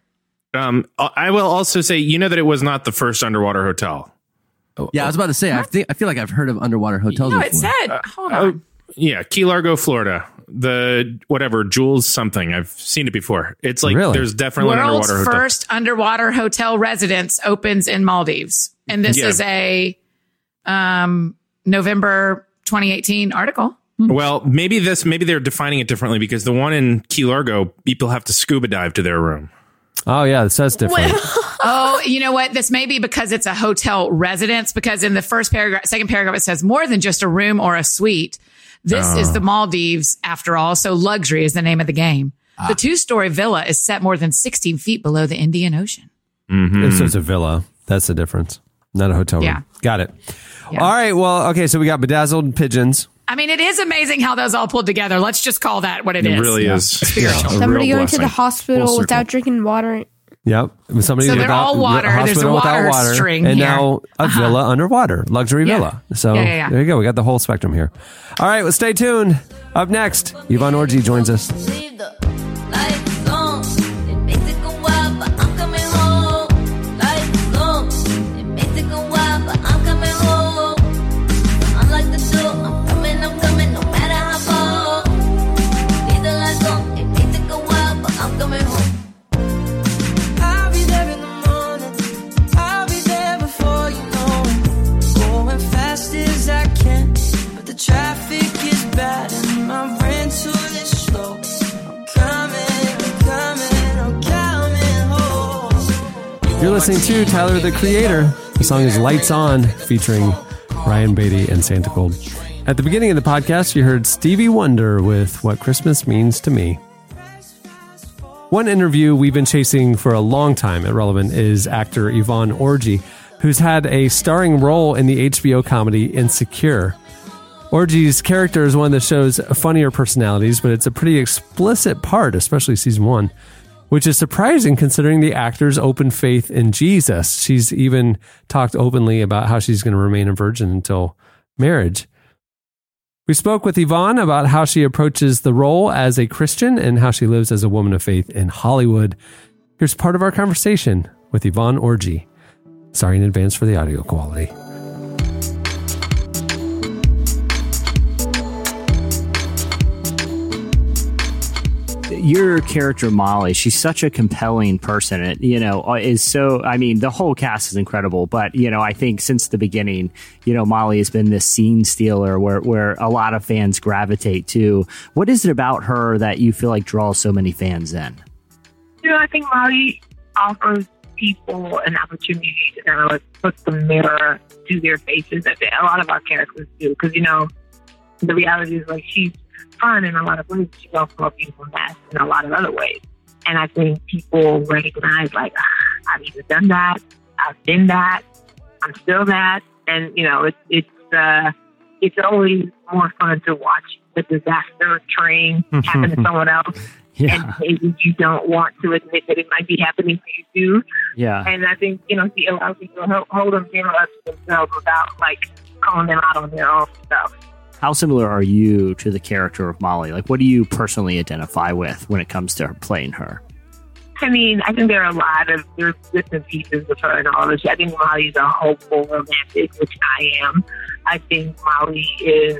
[SPEAKER 4] um, I will also say, you know that it was not the first underwater hotel.
[SPEAKER 8] yeah. I was about to say, I think I feel like I've heard of underwater hotels.
[SPEAKER 6] No, it
[SPEAKER 8] before.
[SPEAKER 6] said,
[SPEAKER 5] Uh,
[SPEAKER 6] hold on.
[SPEAKER 4] Yeah, Key Largo, Florida. The whatever Jules something. I've seen it before. It's like
[SPEAKER 3] Really?
[SPEAKER 4] there's definitely an
[SPEAKER 6] World's
[SPEAKER 4] underwater hotel.
[SPEAKER 6] first underwater hotel residence opens in Maldives. And this
[SPEAKER 4] Yeah.
[SPEAKER 6] is a um, November 2018 article.
[SPEAKER 4] Well, maybe this. Maybe they're defining it differently because the one in Key Largo, people have to scuba dive to their room.
[SPEAKER 3] Oh yeah, it says different.
[SPEAKER 6] Oh, you know what? This may be because it's a hotel residence. Because in the first paragraph, second paragraph, it says more than just a room or a suite. This is the Maldives, after all. So luxury is the name of the game. The two story villa is set more than 16 feet below the Indian Ocean.
[SPEAKER 3] This is a villa. That's the difference. Not a hotel room.
[SPEAKER 6] Yeah.
[SPEAKER 3] Got it.
[SPEAKER 6] Yeah.
[SPEAKER 3] All right. Well, okay. So we got bedazzled pigeons.
[SPEAKER 6] I mean, it is amazing how those all pulled together. Let's just call that what it is.
[SPEAKER 4] It really is. a
[SPEAKER 7] Somebody
[SPEAKER 4] real
[SPEAKER 7] going to the
[SPEAKER 4] blessing.
[SPEAKER 7] hospital
[SPEAKER 8] Full
[SPEAKER 7] without drinking water.
[SPEAKER 3] Yep. Somebody
[SPEAKER 6] So they're
[SPEAKER 3] without-
[SPEAKER 6] all water. There's
[SPEAKER 3] hospital
[SPEAKER 6] a
[SPEAKER 3] without
[SPEAKER 6] water
[SPEAKER 3] water,
[SPEAKER 6] string
[SPEAKER 3] and
[SPEAKER 6] here. Uh-huh.
[SPEAKER 3] now a villa underwater, luxury
[SPEAKER 6] Yeah.
[SPEAKER 3] villa. So
[SPEAKER 6] Yeah, yeah, yeah.
[SPEAKER 3] there you go. We got the whole spectrum here. All right. Well, stay tuned. Up next, Yvonne Orgy joins us.
[SPEAKER 10] Leave the lights on. It may take a while, but I'm coming home. Lights on. It may take a while, but I'm coming home. I'm like the show. I'm coming, I'm coming, no matter how far. Leave the lights on. It may take a while, but I'm coming home. I'll be there in the morning. I'll be there before you know it. Going fast as I can, but the traffic is bad and my rental is slow. I'm coming, I'm coming, I'm coming home.
[SPEAKER 3] You're listening to Tyler the Creator. The song is Lights On featuring Ryan Beatty and Santa Gold. At the beginning of the podcast, you heard Stevie Wonder with What Christmas Means to Me. One interview we've been chasing for a long time at Relevant is actor Yvonne Orgy, who's had a starring role in the HBO comedy Insecure. Orgy's character is one of the show's funnier personalities, but it's a pretty explicit part, especially season one which is surprising considering the actor's open faith in Jesus. She's even talked openly about how she's going to remain a virgin until marriage. We spoke with Yvonne about how she approaches the role as a Christian and how she lives as a woman of faith in Hollywood. Here's part of our conversation with Yvonne Orgy. Sorry in advance for the audio quality.
[SPEAKER 11] your character Molly, she's such a compelling person. It, you know, uh, is so. I mean, the whole cast is incredible, but you know, I think since the beginning, you know, Molly has been this scene stealer where where a lot of fans gravitate to. What is it about her that you feel like draws so many fans in?
[SPEAKER 12] You know, I think Molly offers people an opportunity to kind of like put the mirror to their faces that they- a lot of our characters do. Because, you know, the reality is like she's fun in a lot of ways. She's also a beautiful mess in a lot of other ways. And I think people recognize like, ah, I've either done that, I've been that, I'm still that. And, you know, it's, it's, uh, it's always more fun to watch the disaster train happen to someone else and maybe you don't want to admit that it might be happening to you too.
[SPEAKER 11] yeah.
[SPEAKER 12] And I think you know she allows people to hold- hold them general up to themselves without like calling them out on their own stuff.
[SPEAKER 11] How similar are you to the character of Molly? Like, what do you personally identify with when it comes to her playing her?
[SPEAKER 12] I mean, I think there are a lot of there's bits and pieces of her and all of this. I think Molly's a hopeful romantic, which I am. I think Molly is,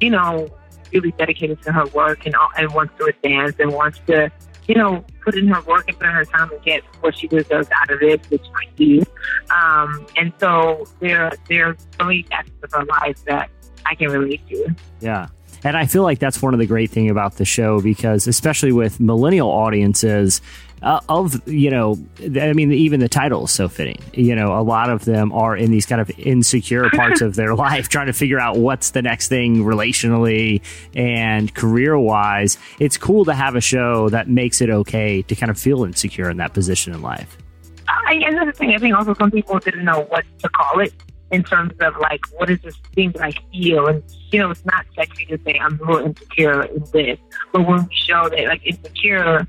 [SPEAKER 12] you know, really dedicated to her work and all, and wants to advance and wants to, you know, put in her work and put in her time and get what she deserves out of it, which I do. Um, and so there there are so many facets of her life that I can relate to.
[SPEAKER 11] Yeah. And I feel like that's one of the great thing about the show because especially with millennial audiences uh, of you know th- I mean even the title is so fitting. You know, a lot of them are in these kind of insecure parts of their life trying to figure out what's the next thing relationally and career-wise. It's cool to have a show that makes it okay to kind of feel insecure in that position in life.
[SPEAKER 12] I, and that's the thing. I think also some people didn't know what to call it in terms of like, what is this thing that I feel? And, you know, it's not sexy to say I'm a little insecure in this. But when we show that, like, insecure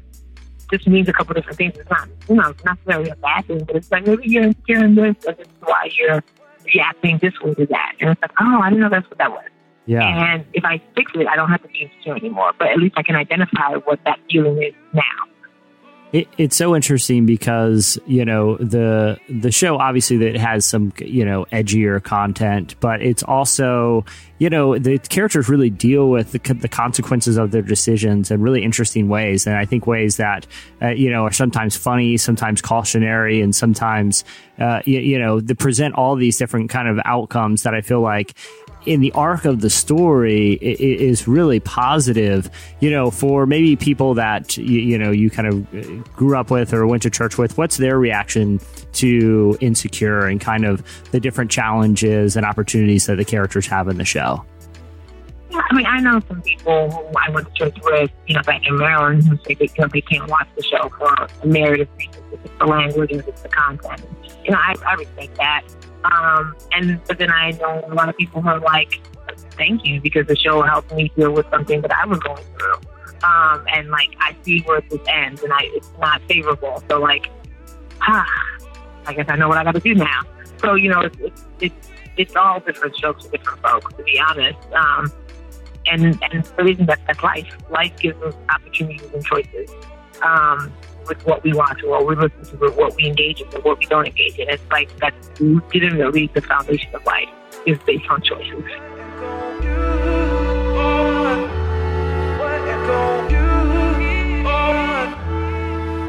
[SPEAKER 12] just means a couple different things. It's not, you know, it's not necessarily a bad thing, but it's like, maybe you're insecure in this, and this is why you're reacting this way to that. And it's like, oh, I didn't know that's what that was.
[SPEAKER 11] Yeah.
[SPEAKER 12] And if I fix it, I don't have to be insecure anymore. But at least I can identify what that feeling is now.
[SPEAKER 11] It, it's so interesting because you know the the show obviously that has some you know edgier content, but it's also you know the characters really deal with the, the consequences of their decisions in really interesting ways, and I think ways that uh, you know are sometimes funny, sometimes cautionary, and sometimes uh, you, you know they present all these different kind of outcomes that I feel like in the arc of the story i- i- is really positive, you know, for maybe people that, you, you know, you kind of uh, grew up with or went to church with, what's their reaction to Insecure and kind of the different challenges and opportunities that the characters have in the show?
[SPEAKER 12] Yeah, I mean, I know some people who I went to church with, you know, back in Maryland, who say they, you know, they can't watch the show for the narrative reasons, if it's the language and if it's the content. You know, I, I respect that. Um, and but then I know a lot of people who are like, "Thank you," because the show helped me deal with something that I was going through. Um, and like, I see where this ends, and I it's not favorable. So like, ah, I guess I know what I got to do now. So you know, it's it's, it's it's all different strokes for different folks, to be honest. Um, and and the reason that that's life. Life gives us opportunities and choices um, with what we watch, or what we listen to, or what we engage in, or what we don't engage in. It's like that's legitimately the foundation of life is based on choices.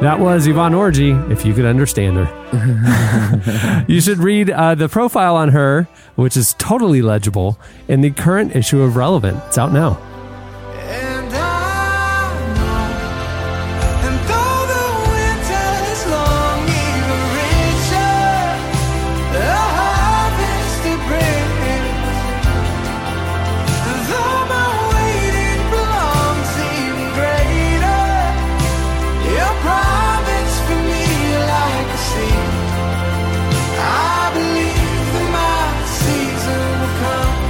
[SPEAKER 3] That was Yvonne Orgy, if you could understand her. you should read uh, the profile on her, which is totally legible, in the current issue of Relevant. It's out now.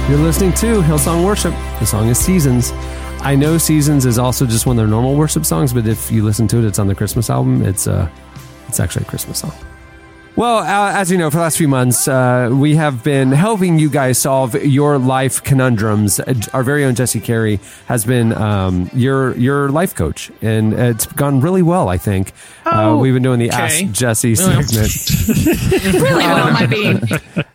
[SPEAKER 3] You're listening to Hillsong Worship. The song is Seasons. I know Seasons is also just one of their normal worship songs, but if you listen to it, it's on the Christmas album. It's uh,
[SPEAKER 5] oh.
[SPEAKER 3] it's actually a Christmas song. Well, uh, as you know, for the last few months, uh, we have been helping you guys solve your life conundrums. Uh, Our very own Jesse Carey has been um, your your life coach, and it's gone really well. I think uh, we've been doing the Ask
[SPEAKER 4] okay.
[SPEAKER 3] Jesse
[SPEAKER 4] Well.
[SPEAKER 3] segment.
[SPEAKER 6] really well, my being.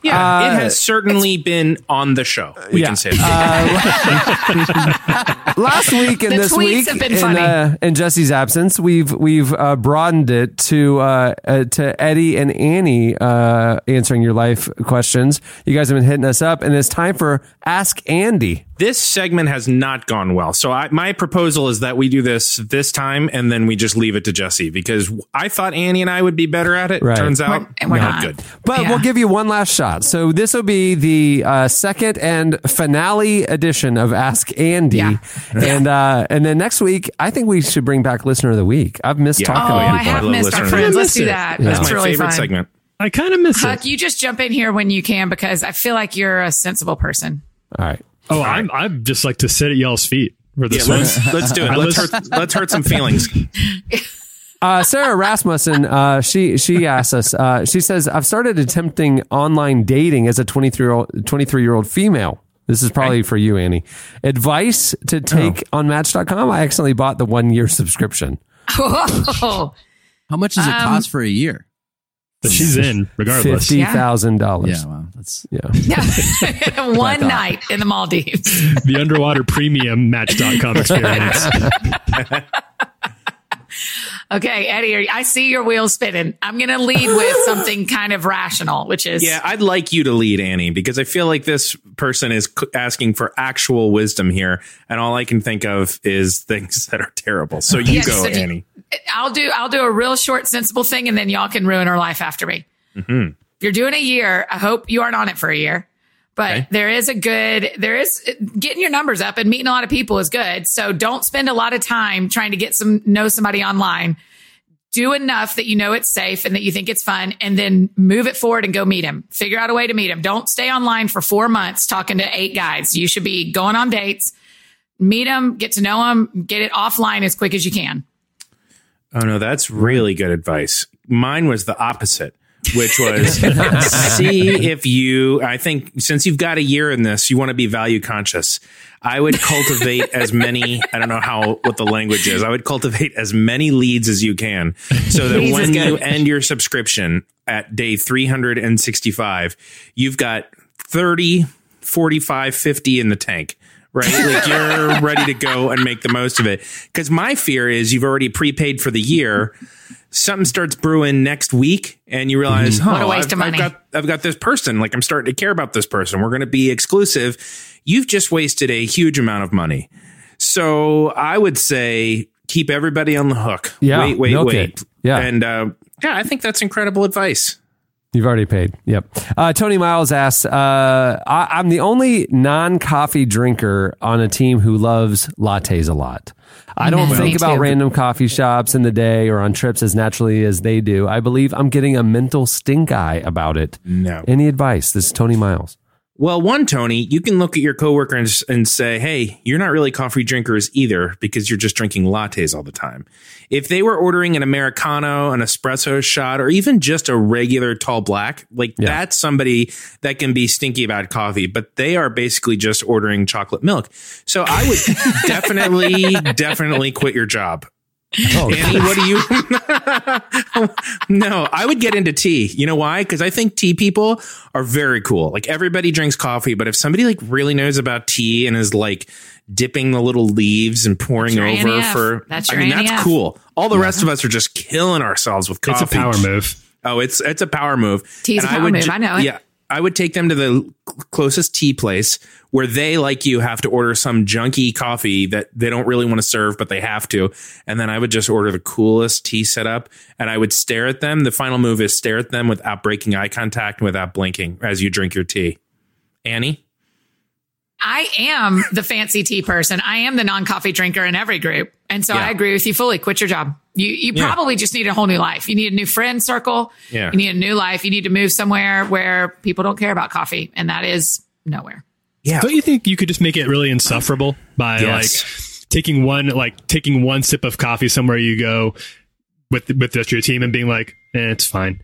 [SPEAKER 4] Yeah,
[SPEAKER 3] Um, Uh,
[SPEAKER 4] it has certainly been on the show. We
[SPEAKER 3] yeah. Uh,
[SPEAKER 4] can say that.
[SPEAKER 3] last week and
[SPEAKER 6] The
[SPEAKER 3] this
[SPEAKER 6] tweets
[SPEAKER 3] week
[SPEAKER 6] have been
[SPEAKER 3] in,
[SPEAKER 6] funny.
[SPEAKER 3] Uh, in Jesse's absence, we've we've uh, broadened it to uh, uh, to Eddie and Annie uh, answering your life questions. You guys have been hitting us up, and it's time for Ask Andy.
[SPEAKER 4] this segment has not gone well. So I, my proposal is that we do this this time and then we just leave it to Jesse because I thought Annie and I would be better at it.
[SPEAKER 3] Right.
[SPEAKER 4] Turns out
[SPEAKER 6] We're- we're not.
[SPEAKER 4] good.
[SPEAKER 3] But we'll give you one last shot. So this will be the uh, second and finale edition of Ask Andy, and uh, and then next week I think we should bring back Listener of the Week. I've missed
[SPEAKER 4] Yeah.
[SPEAKER 3] talking
[SPEAKER 6] Oh,
[SPEAKER 3] to
[SPEAKER 6] I
[SPEAKER 3] people.
[SPEAKER 6] have missed our friends. Let's do that.
[SPEAKER 3] Yeah.
[SPEAKER 6] That's
[SPEAKER 3] That's my
[SPEAKER 6] really
[SPEAKER 4] favorite
[SPEAKER 6] fun.
[SPEAKER 4] segment.
[SPEAKER 5] I kind of miss
[SPEAKER 6] Huck, you just jump in here when you can because I feel like you're a sensible person.
[SPEAKER 3] All right.
[SPEAKER 5] Oh, I'm I'm just like to sit at y'all's feet for this
[SPEAKER 4] Yeah,
[SPEAKER 5] one.
[SPEAKER 4] let's- let's do it.
[SPEAKER 5] I
[SPEAKER 4] Let's
[SPEAKER 5] listen-
[SPEAKER 4] hurt- let's hurt some feelings.
[SPEAKER 3] uh, Sarah Rasmussen, uh, she she asks us. Uh, she says, "I've started attempting online dating as a 23 year old 23 year old female." This is probably for you, Annie. Advice
[SPEAKER 5] Oh.
[SPEAKER 3] to take on Match.com. I accidentally bought the one year subscription.
[SPEAKER 6] Oh,
[SPEAKER 8] How much does it
[SPEAKER 6] Um,
[SPEAKER 8] cost for a year?
[SPEAKER 5] But she's in regardless.
[SPEAKER 3] Fifty thousand dollars.
[SPEAKER 8] Yeah, wow, that's
[SPEAKER 3] Yeah.
[SPEAKER 6] one night in the Maldives.
[SPEAKER 5] the underwater premium match.com experience.
[SPEAKER 6] Okay, Eddie, are- I see your wheels spinning. I'm going to lead with something kind of rational, which is
[SPEAKER 4] Yeah, I'd like you to lead, Annie, because I feel like this person is c- asking for actual wisdom here, and all I can think of is things that are terrible. So you
[SPEAKER 6] Yes,
[SPEAKER 4] go,
[SPEAKER 6] so do-
[SPEAKER 4] Annie.
[SPEAKER 6] I'll do I'll do a real short, sensible thing, and then y'all can ruin her life after me.
[SPEAKER 3] Mm-hmm.
[SPEAKER 6] You're doing a year. I hope you aren't on it for a year, but there is a good there is getting your numbers up and meeting a lot of people is good. So don't spend a lot of time trying to get some know somebody online. Do enough that you know it's safe and that you think it's fun, and then move it forward and go meet him. Figure out a way to meet him. Don't stay online for four months talking to eight guys. You should be going on dates, meet them, get to know them, get it offline as quick as you can.
[SPEAKER 4] Oh no, that's really good advice. Mine was the opposite, which was E see if you. I think since you've got a year in this, you want to be value conscious. I would cultivate as many. I don't know how what the language is. I would cultivate as many leads as you can, so that
[SPEAKER 6] Leads is
[SPEAKER 4] when you
[SPEAKER 6] good.
[SPEAKER 4] end your subscription at day 365, you've got 30, 45, 50 in the tank, right? Like you're ready to go and make the most of it. Because my fear is you've already prepaid for the year. Something starts brewing next week, and you realize, huh,
[SPEAKER 6] Mm-hmm. What a waste
[SPEAKER 4] I've,
[SPEAKER 6] of money.
[SPEAKER 4] I've got, I've got this person. Like I'm starting to care about this person. We're going to be exclusive. You've just wasted a huge amount of money. So I would say keep everybody on the hook.
[SPEAKER 3] Yeah,
[SPEAKER 4] Wait, wait,
[SPEAKER 3] milk
[SPEAKER 4] wait.
[SPEAKER 3] it. Yeah.
[SPEAKER 4] And uh, yeah, I think that's incredible advice.
[SPEAKER 3] You've already paid. Yep. Uh, Tony Miles asks, uh, I, I'm the only non coffee drinker on a team who loves lattes a lot. I don't
[SPEAKER 13] Me
[SPEAKER 3] think about
[SPEAKER 13] too.
[SPEAKER 3] random coffee shops in the day or on trips as naturally as they do. I believe I'm getting a mental stink eye about it.
[SPEAKER 4] No.
[SPEAKER 3] Any advice? This is Tony Miles.
[SPEAKER 4] Well, one Tony, you can look at your coworker and, s- and say, "Hey, you're not really coffee drinkers either because you're just drinking lattes all the time." If they were ordering an americano, an espresso shot, or even just a regular tall black, like that's somebody that can be stinky about coffee, but they are basically just ordering chocolate milk. So I would definitely, definitely quit your job. Annie, what do you? no, I would get into tea. You know why? Because I think tea people are very cool. Like everybody drinks coffee, but if somebody like really knows about tea and is like dipping the little leaves and pouring
[SPEAKER 6] That's your
[SPEAKER 4] over
[SPEAKER 6] NEF.
[SPEAKER 4] for,
[SPEAKER 6] That's
[SPEAKER 4] I
[SPEAKER 6] your E
[SPEAKER 4] mean,
[SPEAKER 6] NEF.
[SPEAKER 4] that's cool. All the rest of us are just killing ourselves with
[SPEAKER 5] It's
[SPEAKER 4] coffee.
[SPEAKER 5] a power move.
[SPEAKER 4] Oh, it's it's a power move.
[SPEAKER 6] Tea's
[SPEAKER 4] And
[SPEAKER 6] a power
[SPEAKER 4] would
[SPEAKER 6] move.
[SPEAKER 4] ju-
[SPEAKER 6] I know it.
[SPEAKER 4] Yeah. I would take them to the cl- closest tea place where they, like you, have to order some junky coffee that they don't really want to serve, but they have to. And then I would just order the coolest tea setup and I would stare at them. The final move is stare at them without breaking eye contact and without blinking as you drink your tea. Annie?
[SPEAKER 6] I am the fancy tea person. I am the non coffee drinker in every group. And so
[SPEAKER 4] Yeah.
[SPEAKER 6] I agree with you fully. Quit your job. You, you
[SPEAKER 4] Yeah.
[SPEAKER 6] probably just need a whole new life. You need a new friend circle.
[SPEAKER 4] Yeah.
[SPEAKER 6] You need a new life. You need to move somewhere where people don't care about coffee. And that is nowhere.
[SPEAKER 4] Yeah.
[SPEAKER 5] Don't you think you could just make it really insufferable by
[SPEAKER 6] Yes.
[SPEAKER 5] like taking one like taking one sip of coffee somewhere you go with with just your team and being like, eh, it's fine.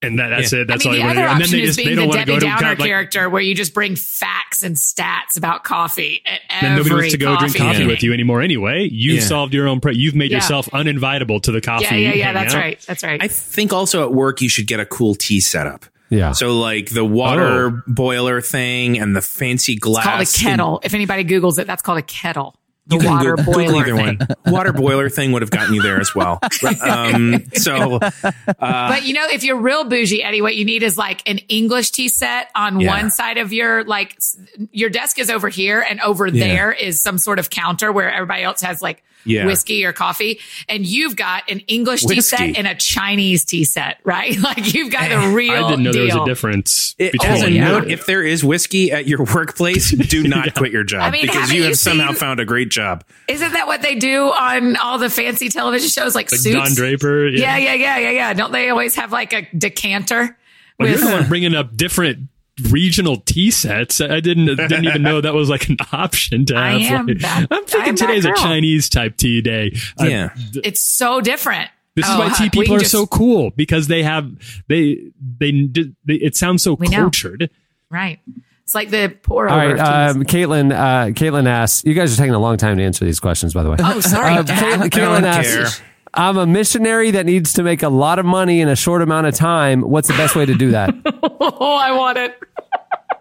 [SPEAKER 5] And that, that's
[SPEAKER 6] Yeah.
[SPEAKER 5] it. That's
[SPEAKER 6] I mean,
[SPEAKER 5] all you
[SPEAKER 6] the
[SPEAKER 5] want to
[SPEAKER 6] other
[SPEAKER 5] do. And then
[SPEAKER 6] option
[SPEAKER 5] they
[SPEAKER 6] is
[SPEAKER 5] just they
[SPEAKER 6] being the
[SPEAKER 5] don't want to
[SPEAKER 6] Debbie
[SPEAKER 5] go to
[SPEAKER 6] Downer
[SPEAKER 5] God, like,
[SPEAKER 6] character where you just bring facts and stats about coffee at
[SPEAKER 5] then
[SPEAKER 6] every
[SPEAKER 5] nobody wants to go
[SPEAKER 6] coffee
[SPEAKER 5] drink coffee
[SPEAKER 6] meeting.
[SPEAKER 5] with you anymore anyway. You've
[SPEAKER 4] Yeah.
[SPEAKER 5] solved your own. Pre- you've made
[SPEAKER 6] Yeah.
[SPEAKER 5] yourself uninvitable to the coffee.
[SPEAKER 6] Yeah, yeah, yeah.
[SPEAKER 5] hangout.
[SPEAKER 6] That's right. That's right.
[SPEAKER 4] I think also at work, you should get a cool tea setup.
[SPEAKER 3] Yeah.
[SPEAKER 4] So, like the
[SPEAKER 5] Oh.
[SPEAKER 4] water boiler thing and the fancy glass.
[SPEAKER 6] it's called a
[SPEAKER 4] and-
[SPEAKER 6] kettle. if anybody Googles it, that's called a kettle. The
[SPEAKER 4] You can
[SPEAKER 6] water
[SPEAKER 4] Google- Google
[SPEAKER 6] boiler
[SPEAKER 4] either
[SPEAKER 6] thing.
[SPEAKER 4] one. Water boiler thing would have gotten you there as well. Um, so, uh,
[SPEAKER 6] but you know, if you're real bougie, Eddie, what you need is like an English tea set on
[SPEAKER 4] Yeah.
[SPEAKER 6] one side of your like s- your desk is over here, and over
[SPEAKER 4] Yeah.
[SPEAKER 6] there is some sort of counter where everybody else has like
[SPEAKER 4] Yeah.
[SPEAKER 6] whiskey or coffee, and you've got an English tea
[SPEAKER 4] Whiskey.
[SPEAKER 6] set and a Chinese tea set, right? Like you've got the real.
[SPEAKER 5] I didn't know
[SPEAKER 6] deal.
[SPEAKER 5] there was a difference
[SPEAKER 4] it,
[SPEAKER 5] between.
[SPEAKER 4] as a
[SPEAKER 5] Yeah.
[SPEAKER 4] note, if there is whiskey at your workplace, do not quit your job
[SPEAKER 6] I mean,
[SPEAKER 4] because
[SPEAKER 6] haven't
[SPEAKER 4] you have
[SPEAKER 6] you
[SPEAKER 4] somehow
[SPEAKER 6] seen-
[SPEAKER 4] found a great job.
[SPEAKER 6] Isn't that what they do on all the fancy television shows like,
[SPEAKER 5] Like
[SPEAKER 6] Suits?
[SPEAKER 5] Don Draper,
[SPEAKER 6] Yeah.
[SPEAKER 5] yeah.
[SPEAKER 6] yeah, yeah, yeah, yeah. Don't they always have like a decanter?
[SPEAKER 5] Well, you're
[SPEAKER 6] with-
[SPEAKER 5] the one bringing up different regional tea sets. I didn't didn't even know that was like an option to
[SPEAKER 6] I
[SPEAKER 5] have.
[SPEAKER 6] am
[SPEAKER 5] like-
[SPEAKER 6] that-
[SPEAKER 5] I'm thinking
[SPEAKER 6] I'm that
[SPEAKER 5] today's a
[SPEAKER 6] girl.
[SPEAKER 5] Chinese type tea day. I-
[SPEAKER 4] Yeah.
[SPEAKER 6] It's so different.
[SPEAKER 5] this is
[SPEAKER 6] Oh,
[SPEAKER 5] why tea
[SPEAKER 6] we
[SPEAKER 5] people
[SPEAKER 6] can
[SPEAKER 5] are
[SPEAKER 6] just-
[SPEAKER 5] so cool because they have they they, did- they it sounds so
[SPEAKER 6] know.
[SPEAKER 5] cultured.
[SPEAKER 6] right. It's like the pour
[SPEAKER 3] All
[SPEAKER 6] over.
[SPEAKER 3] right, um, Caitlin. Uh, Caitlin asks. You guys are taking a long time to answer these questions, by the way.
[SPEAKER 6] Oh, sorry,
[SPEAKER 3] Uh,
[SPEAKER 6] Dad.
[SPEAKER 3] Caitlin,
[SPEAKER 6] I
[SPEAKER 3] Caitlin
[SPEAKER 4] don't
[SPEAKER 3] asks.
[SPEAKER 4] care.
[SPEAKER 3] I'm a missionary that needs to make a lot of money in a short amount of time. What's the best way to do that?
[SPEAKER 6] oh, I want it.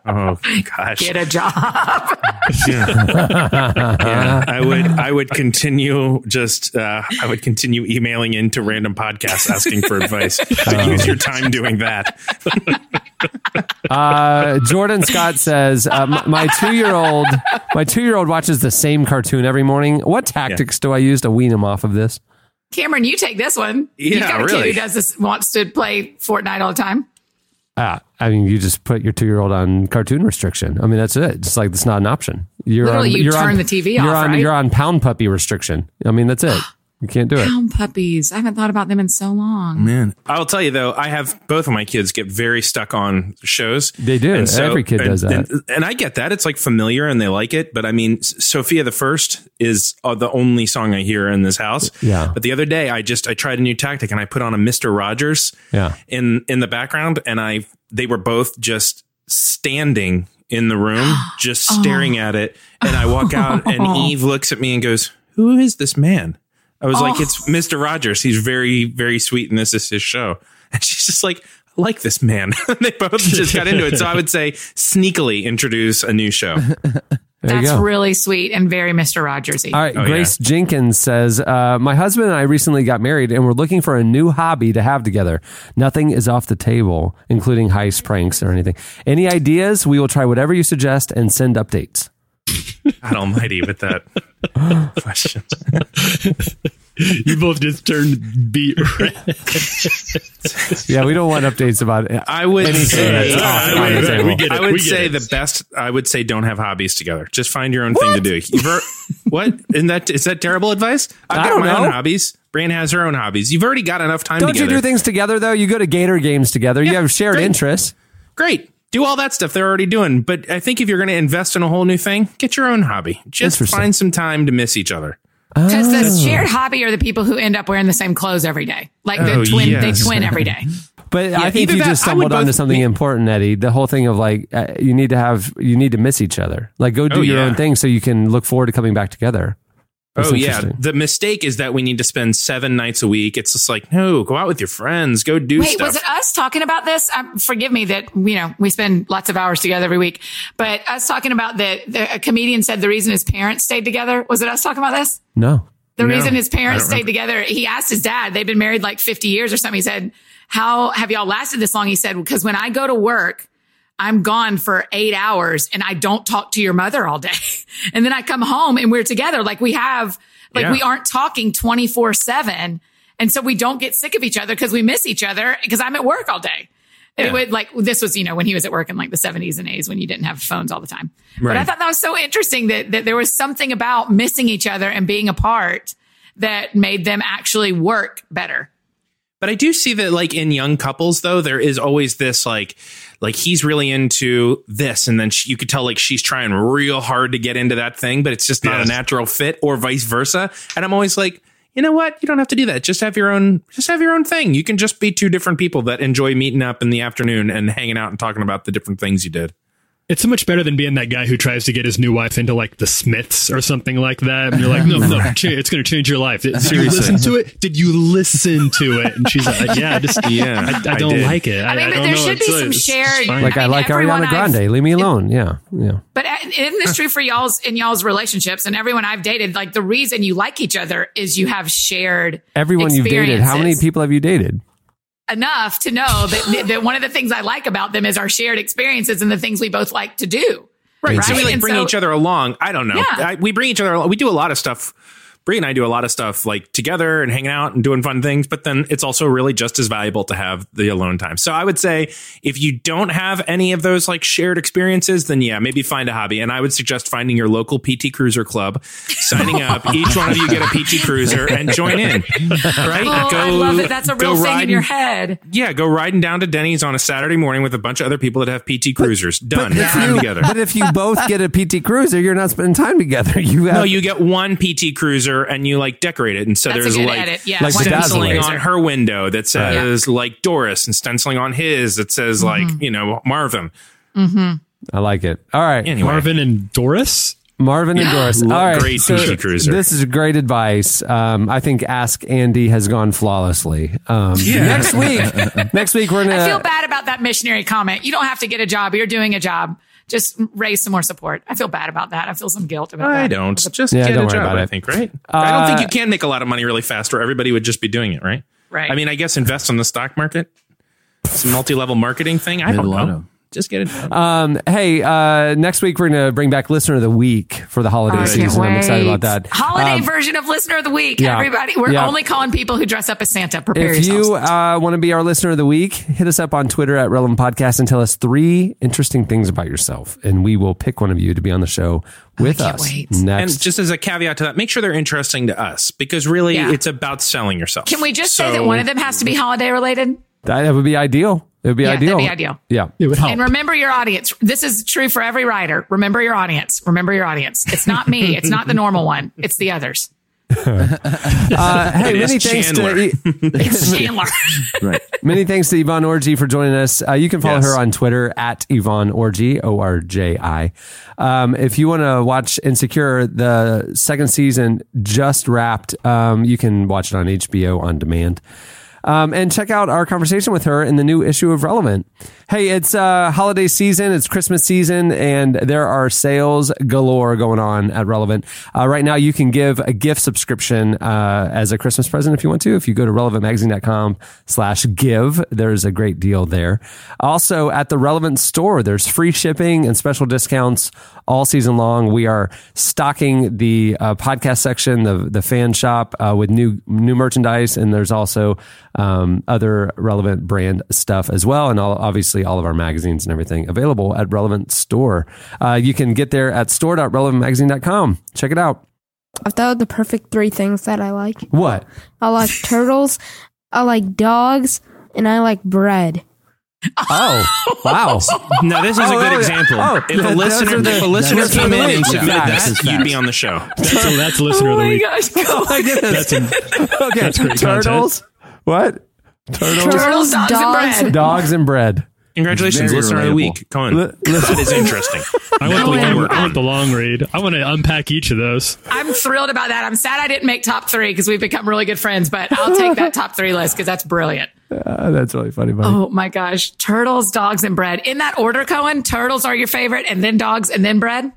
[SPEAKER 4] Oh gosh.
[SPEAKER 6] Get a job.
[SPEAKER 4] Yeah, I would I would continue just uh, I would continue emailing into random podcasts asking for advice.
[SPEAKER 3] Oh.
[SPEAKER 4] But use your time doing that.
[SPEAKER 3] Uh, Jordan Scott says, uh, my, "My two-year-old, my two-year-old watches the same cartoon every morning. What tactics do I use to wean him off of this?"
[SPEAKER 6] Cameron, you take this one. you
[SPEAKER 4] Yeah,
[SPEAKER 6] got a
[SPEAKER 4] really.
[SPEAKER 6] kid who does this, wants to play Fortnite all the time.
[SPEAKER 3] Ah, I mean, you just put your two-year-old on cartoon restriction. I mean, that's it. It's like it's not an option. You're
[SPEAKER 6] Literally, you
[SPEAKER 3] you're
[SPEAKER 6] turn the TV
[SPEAKER 3] you're
[SPEAKER 6] off,
[SPEAKER 3] On,
[SPEAKER 6] right?
[SPEAKER 3] You're on pound puppy restriction. I mean, that's it. You can't do it.
[SPEAKER 6] Pound puppies. I haven't thought about them in so long.
[SPEAKER 3] Mm,
[SPEAKER 4] Man, I'll tell you though, I have both of my kids get very stuck on shows. They
[SPEAKER 3] do. Every kid does that.
[SPEAKER 4] And, and I get that. It's like familiar and they like it. But I mean, S- Sophia the First is uh, the only song I hear in this house.
[SPEAKER 3] Yeah.
[SPEAKER 4] But the other day, I just I tried a new tactic and I put on a Mister Rogers.
[SPEAKER 3] Yeah.
[SPEAKER 4] In in the background, and I they were both just standing in the room, just staring at it. And I walk out, and Eve looks at me and goes, "Who is this man?" I was like,
[SPEAKER 6] Oh.
[SPEAKER 4] "It's Mister Rogers. He's very very sweet, and this is his show." And she's just like. "I Like this man, they both just got into it. So I would say sneakily introduce a new show.
[SPEAKER 3] There you
[SPEAKER 6] That's
[SPEAKER 3] go.
[SPEAKER 6] really sweet and very Mr. Rogersy.
[SPEAKER 3] All right,
[SPEAKER 4] Oh,
[SPEAKER 3] Grace Jenkins says, uh, My husband and I recently got married and we're looking for a new hobby to have together. Nothing is off the table, including heist pranks or anything. Any ideas? We will try whatever you suggest and send updates.
[SPEAKER 4] God Almighty, with that question.
[SPEAKER 5] you both just turned beat red.
[SPEAKER 3] yeah, we don't want updates about it.
[SPEAKER 4] I would
[SPEAKER 3] Anything
[SPEAKER 4] say,
[SPEAKER 3] that's off
[SPEAKER 4] I
[SPEAKER 3] on the
[SPEAKER 4] would,
[SPEAKER 3] table.
[SPEAKER 4] I would say the best. I would say don't have hobbies together. Just find your own thing to do. You've heard, what? Isn't that is that terrible advice? I've
[SPEAKER 3] I
[SPEAKER 4] got
[SPEAKER 3] don't
[SPEAKER 4] my
[SPEAKER 3] know.
[SPEAKER 4] own hobbies. Brian has her own hobbies. You've already got enough time.
[SPEAKER 3] Don't
[SPEAKER 4] together.
[SPEAKER 3] you do things together though? You go to Gator games together. you have shared interests.
[SPEAKER 4] Great. Do all that stuff they're already doing. But I think if you're going to invest in a whole new thing, get your own hobby. Just
[SPEAKER 3] Interesting.
[SPEAKER 4] find some time to miss each other.
[SPEAKER 6] Because
[SPEAKER 4] Oh.
[SPEAKER 6] the shared hobby are the people who end up wearing the same clothes every day. Like the
[SPEAKER 3] Oh,
[SPEAKER 6] twin,
[SPEAKER 3] yes.
[SPEAKER 6] they twin every day.
[SPEAKER 3] But
[SPEAKER 6] Yeah,
[SPEAKER 3] I think
[SPEAKER 6] either
[SPEAKER 3] you
[SPEAKER 6] that-
[SPEAKER 3] just
[SPEAKER 6] I would
[SPEAKER 3] stumbled
[SPEAKER 6] both-
[SPEAKER 3] onto something important, Eddie. The whole thing of like uh, you need to have you need to miss each other. Like go do
[SPEAKER 4] Oh,
[SPEAKER 3] your
[SPEAKER 4] yeah.
[SPEAKER 3] own thing so you can look forward to coming back together. That's
[SPEAKER 4] oh yeah,
[SPEAKER 3] interesting.
[SPEAKER 4] the mistake is that we need to spend seven nights a week. It's just like no, go out with your friends, go do
[SPEAKER 6] Wait,
[SPEAKER 4] stuff.
[SPEAKER 6] was it us talking about this? Um, forgive me that, you know, we spend lots of hours together every week, but us talking about that, the, a comedian said the reason his parents stayed together. Was it us talking about this?
[SPEAKER 3] No.
[SPEAKER 6] The
[SPEAKER 3] No,
[SPEAKER 6] reason his
[SPEAKER 3] I don't
[SPEAKER 6] parents stayed
[SPEAKER 3] remember.
[SPEAKER 6] together, he asked his dad, they've been married like 50 years or something. He said, How have y'all lasted this long? He said, Because when I go to work, I'm gone for eight hours and I don't talk to your mother all day. and then I come home and we're together. Like we have, like
[SPEAKER 13] Yeah.
[SPEAKER 6] we aren't talking 24 seven. And so we don't get sick of each other because we miss each other because I'm at work all day.
[SPEAKER 13] Yeah.
[SPEAKER 6] It would like this was, you know, when he was at work in like the 70s and 80s when you didn't have phones all the time. But I
[SPEAKER 13] Right.
[SPEAKER 6] thought that was so interesting that, that there was something about missing each other and being apart that made them actually work better.
[SPEAKER 4] But I do see that like in young couples though, there is always this like like he's really into this and then she, you could tell like she's trying real hard to get into that thing, but it's just not a natural fit or vice versa. And I'm always like, "You know what? You don't have to do that. Just have your own just have your own thing. You can just be two different people that enjoy meeting up in the afternoon and hanging out and talking about the different things you did."
[SPEAKER 5] It's so much better than being that guy who tries to get his new wife into like the Smiths or something like that. And you're like, no, no, cha- it's going to change your life. Did you
[SPEAKER 4] Seriously.
[SPEAKER 5] listen to it? Did you listen to it? And she's like, yeah, just,
[SPEAKER 4] Yeah,
[SPEAKER 5] I, I
[SPEAKER 4] I
[SPEAKER 5] don't
[SPEAKER 4] did.
[SPEAKER 5] like it. I,
[SPEAKER 6] I mean,
[SPEAKER 5] I
[SPEAKER 6] but
[SPEAKER 5] don't
[SPEAKER 6] there
[SPEAKER 5] know.
[SPEAKER 6] should
[SPEAKER 5] It's-
[SPEAKER 6] be some
[SPEAKER 5] it's- it's
[SPEAKER 6] shared-
[SPEAKER 5] fine.
[SPEAKER 3] Like I,
[SPEAKER 6] mean,
[SPEAKER 3] like
[SPEAKER 6] everyone
[SPEAKER 3] Ariana
[SPEAKER 6] I've-
[SPEAKER 3] Grande. Leave me alone. Yeah, yeah.
[SPEAKER 6] But in this true for y'all's in y'all's relationships and everyone I've dated, like the reason you like each other is you have shared
[SPEAKER 3] Everyone you've dated. How many
[SPEAKER 6] experiences.
[SPEAKER 3] people have you dated?
[SPEAKER 6] enough to know that, that one of the things I like about them is our shared experiences and the things we both like to do.
[SPEAKER 4] Right. So we like
[SPEAKER 6] And
[SPEAKER 4] bring
[SPEAKER 6] so-
[SPEAKER 4] each other along. I don't know.
[SPEAKER 6] Yeah.
[SPEAKER 4] I, we bring each other along. We do a lot of stuff. Bree and I do a lot of stuff like together and hanging out and doing fun things, but then it's also really just as valuable to have the alone time. So I would say if you don't have any of those like shared experiences, then yeah, maybe find a hobby. And I would suggest finding your local PT Cruiser club, signing up. Each one of you get a PT Cruiser and join in. Right?
[SPEAKER 6] Oh, I love it. That's a
[SPEAKER 4] go
[SPEAKER 6] real thing in
[SPEAKER 4] riding-
[SPEAKER 6] your head.
[SPEAKER 4] Yeah, go riding down to Denny's on a Saturday morning with a bunch of other people that have PT Cruisers. Done.
[SPEAKER 3] But if
[SPEAKER 4] Have fun
[SPEAKER 3] you-
[SPEAKER 4] together.
[SPEAKER 3] But if you both get a PT Cruiser, you're not spending time together. You have
[SPEAKER 4] No, you get one PT Cruiser and you like decorate it, and so
[SPEAKER 6] That's a
[SPEAKER 4] there's
[SPEAKER 6] good
[SPEAKER 4] like,
[SPEAKER 6] edit, yeah. Like
[SPEAKER 3] the
[SPEAKER 4] stenciling
[SPEAKER 3] dazzlers.
[SPEAKER 4] on her window that says like Doris, and stenciling on his that says like you know Marvin.
[SPEAKER 6] Mm-hmm.
[SPEAKER 3] I like it. All right.
[SPEAKER 4] Anyway. Marvin
[SPEAKER 5] and Doris?
[SPEAKER 3] Marvin and
[SPEAKER 4] Yeah.
[SPEAKER 3] Doris. All
[SPEAKER 4] Lo-
[SPEAKER 3] right.
[SPEAKER 4] great sushi cruiser.
[SPEAKER 3] This is great advice. Um, I think Ask Andy has gone flawlessly. Um,
[SPEAKER 4] Yeah.
[SPEAKER 3] Next week, next week we're
[SPEAKER 6] I feel
[SPEAKER 3] gonna.
[SPEAKER 6] bad about that missionary comment. You don't have to get a job. You're doing a job. Just raise some more support. I feel bad about that. I feel some guilt about that.
[SPEAKER 4] I don't just
[SPEAKER 3] Yeah,
[SPEAKER 4] get
[SPEAKER 3] don't
[SPEAKER 4] a
[SPEAKER 3] worry
[SPEAKER 4] job.
[SPEAKER 3] about
[SPEAKER 4] I
[SPEAKER 3] it.
[SPEAKER 4] think right. I don't think
[SPEAKER 3] Uh,
[SPEAKER 4] you can make a lot of money really fast, or everybody would just be doing it, right?
[SPEAKER 6] Right.
[SPEAKER 4] I mean, I guess invest in the stock market. It's a multi-level marketing thing. I don't
[SPEAKER 3] Middle
[SPEAKER 4] know.
[SPEAKER 3] auto.
[SPEAKER 4] Just get it. done.
[SPEAKER 3] Um, hey, uh, next week we're gonna bring back listener of the week for the holiday
[SPEAKER 6] I can't
[SPEAKER 3] season. I'm excited about
[SPEAKER 6] wait.
[SPEAKER 3] that.
[SPEAKER 6] Holiday
[SPEAKER 3] Um,
[SPEAKER 6] version of Listener of the Week.
[SPEAKER 3] yeah.
[SPEAKER 6] Everybody, we're
[SPEAKER 3] Yeah.
[SPEAKER 6] only calling people who dress up as Santa. Prepare
[SPEAKER 3] If
[SPEAKER 6] yourselves.
[SPEAKER 3] you uh, want to be our listener of the week, hit us up on Twitter at Relevant Podcast and tell us three interesting things about yourself, and we will pick one of you to be on the show with us next.
[SPEAKER 4] And just as a caveat to that, make sure they're interesting to us because really,
[SPEAKER 6] Yeah.
[SPEAKER 4] it's about selling yourself.
[SPEAKER 6] Can we just say
[SPEAKER 4] So-
[SPEAKER 6] that one of them has to be holiday related?
[SPEAKER 3] That, that would be ideal. It would be
[SPEAKER 6] Yeah, that'd
[SPEAKER 3] ideal.
[SPEAKER 6] be ideal.
[SPEAKER 3] Yeah.
[SPEAKER 6] And remember your audience. This is true for every writer. Remember your audience. Remember your audience. It's not me. It's not the normal one. It's the others.
[SPEAKER 3] Uh, hey,
[SPEAKER 4] It is
[SPEAKER 3] many thanks E-
[SPEAKER 4] Chandler.
[SPEAKER 6] It's
[SPEAKER 3] to
[SPEAKER 6] Chandler.
[SPEAKER 3] right. Many thanks to Yvonne Orgy for joining us. Uh, you can follow
[SPEAKER 4] Yes.
[SPEAKER 3] her on Twitter at Yvonne Orgy, O R J I. Um, if you want to watch Insecure, the second season just wrapped. Um, you can watch it on HBO on demand. Um, and check out our conversation with her in the new issue of Relevant. Hey, it's uh, holiday season, it's Christmas season, and there are sales galore going on at Relevant. Uh, right now, you can give a gift subscription uh, as a Christmas present if you want to. If you go to relevantmagazine.com slash give, there's a great deal there. Also, at the Relevant store, there's free shipping and special discounts all season long. We are stocking the uh, podcast section, the the fan shop, uh, with new new merchandise, and there's also um, other relevant brand stuff as well, and all, obviously all of our magazines and everything available at Relevant Store. Uh, you can get there at store.relevantmagazine.com. Check it out.
[SPEAKER 7] I've thought of the perfect three things that I like.
[SPEAKER 3] What?
[SPEAKER 7] I like turtles, I like dogs, and I like bread.
[SPEAKER 3] Oh, wow.
[SPEAKER 4] No, this is a
[SPEAKER 3] Oh,
[SPEAKER 4] good
[SPEAKER 3] oh,
[SPEAKER 4] example.
[SPEAKER 3] oh,
[SPEAKER 4] if
[SPEAKER 3] that-
[SPEAKER 4] a listener,
[SPEAKER 3] those are the-
[SPEAKER 4] if a listener
[SPEAKER 3] those are
[SPEAKER 4] came
[SPEAKER 3] the
[SPEAKER 4] in and
[SPEAKER 3] links.
[SPEAKER 4] submitted
[SPEAKER 3] Yeah,
[SPEAKER 4] that,
[SPEAKER 3] this is
[SPEAKER 4] you'd
[SPEAKER 3] facts.
[SPEAKER 4] be on the show.
[SPEAKER 5] So that's listener of the week.
[SPEAKER 3] Oh my goodness.
[SPEAKER 5] That's in-
[SPEAKER 3] okay,
[SPEAKER 5] That's great content.
[SPEAKER 3] turtles. What? Turtles.
[SPEAKER 6] Turtles, dogs, and
[SPEAKER 7] dogs,
[SPEAKER 6] bread.
[SPEAKER 3] Dogs and bread.
[SPEAKER 4] Congratulations,
[SPEAKER 8] Very
[SPEAKER 4] listener of the
[SPEAKER 8] relatable.
[SPEAKER 4] week, Cohen.
[SPEAKER 3] Li-
[SPEAKER 4] that is interesting.
[SPEAKER 5] I want, the
[SPEAKER 4] Now
[SPEAKER 5] long,
[SPEAKER 4] we're
[SPEAKER 5] I
[SPEAKER 4] on.
[SPEAKER 5] want the long read. I want to unpack each of those.
[SPEAKER 6] I'm thrilled about that. I'm sad I didn't make top three because we've become really good friends, but I'll take that top three list because that's brilliant.
[SPEAKER 3] Uh, that's really funny, buddy.
[SPEAKER 6] Oh my gosh. Turtles, dogs, and bread. In that order, Cohen, turtles are your favorite and then dogs and then bread.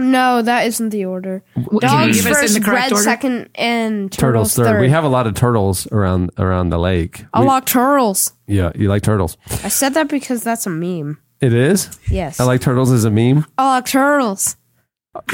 [SPEAKER 7] No, that isn't the order.
[SPEAKER 6] Can you
[SPEAKER 7] Dogs
[SPEAKER 6] give us in
[SPEAKER 7] first,
[SPEAKER 6] the correct
[SPEAKER 7] bread
[SPEAKER 6] order?
[SPEAKER 7] second, and turtles,
[SPEAKER 3] turtles third.
[SPEAKER 7] third.
[SPEAKER 3] We have a lot of turtles around around the lake.
[SPEAKER 7] I
[SPEAKER 3] We-
[SPEAKER 7] like turtles.
[SPEAKER 3] yeah, you like turtles.
[SPEAKER 7] I said that because that's a meme.
[SPEAKER 3] It is.
[SPEAKER 7] Yes.
[SPEAKER 3] I like turtles as a meme.
[SPEAKER 7] I like turtles.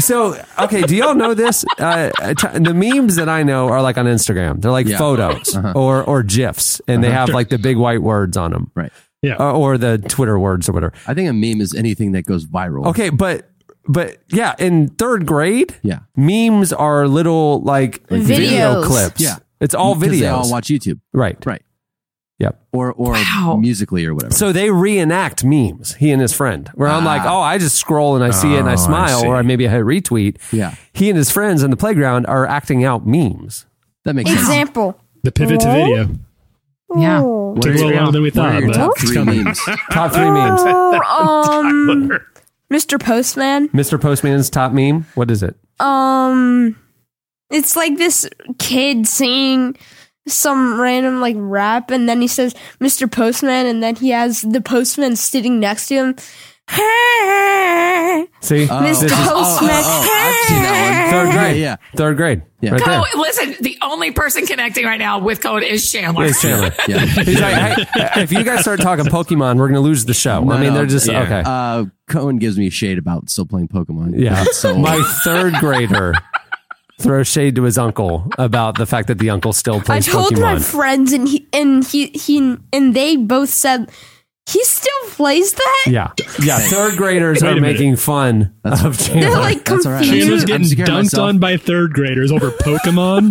[SPEAKER 3] So, okay, do y'all know this? Uh, t- the memes that I know are like on Instagram. They're like
[SPEAKER 8] Yeah.
[SPEAKER 3] photos
[SPEAKER 8] Uh-huh.
[SPEAKER 3] or or gifs, and they have like the big white words on them,
[SPEAKER 8] Right.
[SPEAKER 5] Yeah.
[SPEAKER 3] Uh, or the Twitter words or whatever.
[SPEAKER 8] I think a meme is anything that goes viral.
[SPEAKER 3] Okay, but but yeah, in third grade,
[SPEAKER 8] Yeah.
[SPEAKER 3] memes are little like, video
[SPEAKER 7] Videos.
[SPEAKER 3] clips.
[SPEAKER 8] Yeah.
[SPEAKER 3] it's all
[SPEAKER 8] 'Cause
[SPEAKER 3] videos.
[SPEAKER 8] They all watch YouTube.
[SPEAKER 3] right,
[SPEAKER 8] Right.
[SPEAKER 3] Yep.
[SPEAKER 8] Or or
[SPEAKER 6] Wow.
[SPEAKER 8] musically or whatever.
[SPEAKER 3] So they reenact memes, he and his friend, where I'm like,
[SPEAKER 8] Ah.
[SPEAKER 3] oh, I just scroll and I see it and
[SPEAKER 4] Oh, I
[SPEAKER 3] I smile, or
[SPEAKER 4] see.
[SPEAKER 3] I maybe I hit retweet.
[SPEAKER 8] Yeah.
[SPEAKER 3] He and his friends in the playground are acting out memes.
[SPEAKER 8] that makes sense.
[SPEAKER 7] Example.
[SPEAKER 5] The pivot to
[SPEAKER 7] Hello?
[SPEAKER 5] video.
[SPEAKER 6] Yeah.
[SPEAKER 7] Oh.
[SPEAKER 8] What
[SPEAKER 5] Took
[SPEAKER 8] are
[SPEAKER 5] a little
[SPEAKER 8] your-
[SPEAKER 5] longer than we
[SPEAKER 8] what are
[SPEAKER 5] thought,
[SPEAKER 8] your
[SPEAKER 5] but
[SPEAKER 8] top
[SPEAKER 5] it's
[SPEAKER 8] three
[SPEAKER 5] coming.
[SPEAKER 8] memes.
[SPEAKER 3] Top three memes.
[SPEAKER 7] Oh, um, Mr. Postman.
[SPEAKER 3] Mr. Postman's top meme. What is it?
[SPEAKER 7] Um, it's like this kid singing some random like rap, and then he says Mr. Postman, and then he has the postman sitting next to him.
[SPEAKER 3] See,
[SPEAKER 7] Mr.
[SPEAKER 3] This is
[SPEAKER 7] Postman.
[SPEAKER 8] Oh, I've seen that
[SPEAKER 3] third
[SPEAKER 8] one.
[SPEAKER 3] grade.
[SPEAKER 8] Yeah,
[SPEAKER 3] third grade.
[SPEAKER 8] Yeah.
[SPEAKER 3] Right there.
[SPEAKER 6] Cohen, listen, the only person connecting right now with Cohen is Chandler.
[SPEAKER 3] It's Chandler.
[SPEAKER 8] yeah. yeah.
[SPEAKER 3] He's like, hey, if you guys start talking Pokemon, we're gonna lose the show. I
[SPEAKER 8] No,
[SPEAKER 3] mean,
[SPEAKER 8] no,
[SPEAKER 3] they're just
[SPEAKER 4] yeah.
[SPEAKER 3] okay.
[SPEAKER 8] Uh, Cohen gives me shade about still playing Pokemon.
[SPEAKER 3] yeah.
[SPEAKER 8] That's so uh,
[SPEAKER 3] My third grader throws shade to his uncle about the fact that the uncle still
[SPEAKER 7] I
[SPEAKER 3] plays
[SPEAKER 7] told
[SPEAKER 3] Pokemon.
[SPEAKER 7] my friends, and he and he he and they both said he still plays that.
[SPEAKER 3] Yeah. Yeah. Third graders
[SPEAKER 5] Wait a
[SPEAKER 3] are
[SPEAKER 5] minute.
[SPEAKER 3] making fun of Chandler.
[SPEAKER 7] They're like
[SPEAKER 8] That's all right.
[SPEAKER 7] confused.
[SPEAKER 5] Chandler's
[SPEAKER 8] I'm
[SPEAKER 5] getting
[SPEAKER 8] scared
[SPEAKER 5] dunked
[SPEAKER 8] of myself.
[SPEAKER 5] on by third graders over Pokemon.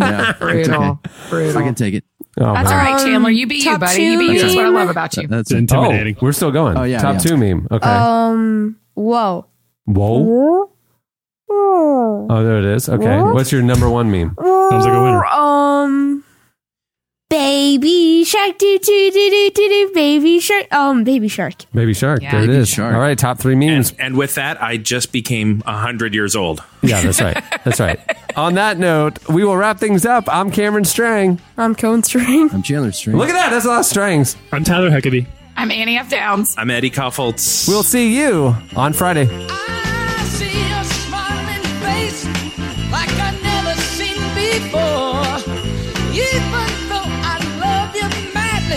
[SPEAKER 8] Yeah, it's
[SPEAKER 6] Brutal.
[SPEAKER 8] okay.
[SPEAKER 6] Brutal.
[SPEAKER 8] I can take it.
[SPEAKER 3] oh,
[SPEAKER 6] That's
[SPEAKER 3] man.
[SPEAKER 6] all right,
[SPEAKER 7] Um,
[SPEAKER 6] Chandler. You be you,
[SPEAKER 7] top
[SPEAKER 6] buddy. You be
[SPEAKER 7] two
[SPEAKER 6] you. That's what I
[SPEAKER 7] meme.
[SPEAKER 6] love about you.
[SPEAKER 8] That's
[SPEAKER 5] It's
[SPEAKER 8] it.
[SPEAKER 5] intimidating.
[SPEAKER 3] Oh, we're still going.
[SPEAKER 8] Oh, yeah,
[SPEAKER 3] Top
[SPEAKER 8] yeah.
[SPEAKER 3] two meme. Okay.
[SPEAKER 7] Um. Whoa.
[SPEAKER 3] Whoa.
[SPEAKER 5] Oh.
[SPEAKER 7] Sounds
[SPEAKER 3] Oh, there it is. Okay. What's your number one meme?
[SPEAKER 5] Uh, like a winner.
[SPEAKER 7] Um. Baby shark, do do do do do do. Baby shark. Um. Baby shark.
[SPEAKER 3] Baby Shark.
[SPEAKER 6] Yeah.
[SPEAKER 3] there it
[SPEAKER 6] Baby
[SPEAKER 3] is.
[SPEAKER 8] Shark.
[SPEAKER 3] All right. Top three memes.
[SPEAKER 4] And, and with that, I just became 100 years old.
[SPEAKER 3] yeah, that's right. That's right. On that note, we will wrap things up. I'm Cameron Strang.
[SPEAKER 7] I'm Cohen String.
[SPEAKER 8] I'm Chandler String.
[SPEAKER 3] Look at that. That's a lot of strings.
[SPEAKER 5] I'm Tyler Huckabee.
[SPEAKER 3] Oh.
[SPEAKER 6] I'm Annie F. Downs.
[SPEAKER 4] I'm Eddie Koffeltz.
[SPEAKER 3] We'll see you on Friday.
[SPEAKER 2] I see a smiling face like I never seen before. Even though I love you madly,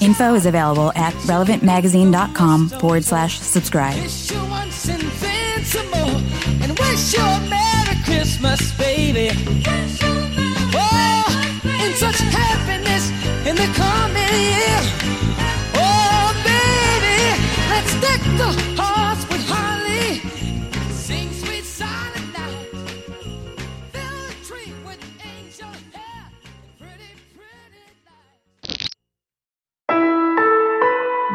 [SPEAKER 13] Info is available at relevantmagazine.com forward slash subscribe.
[SPEAKER 2] Wish you once invincible and wish you a Merry Christmas, baby. Oh, and such happiness in the coming year. Oh, baby, let's deck the halls with holly. Sing sweet silent night. Fill a tree with angel hair. Pretty, pretty light.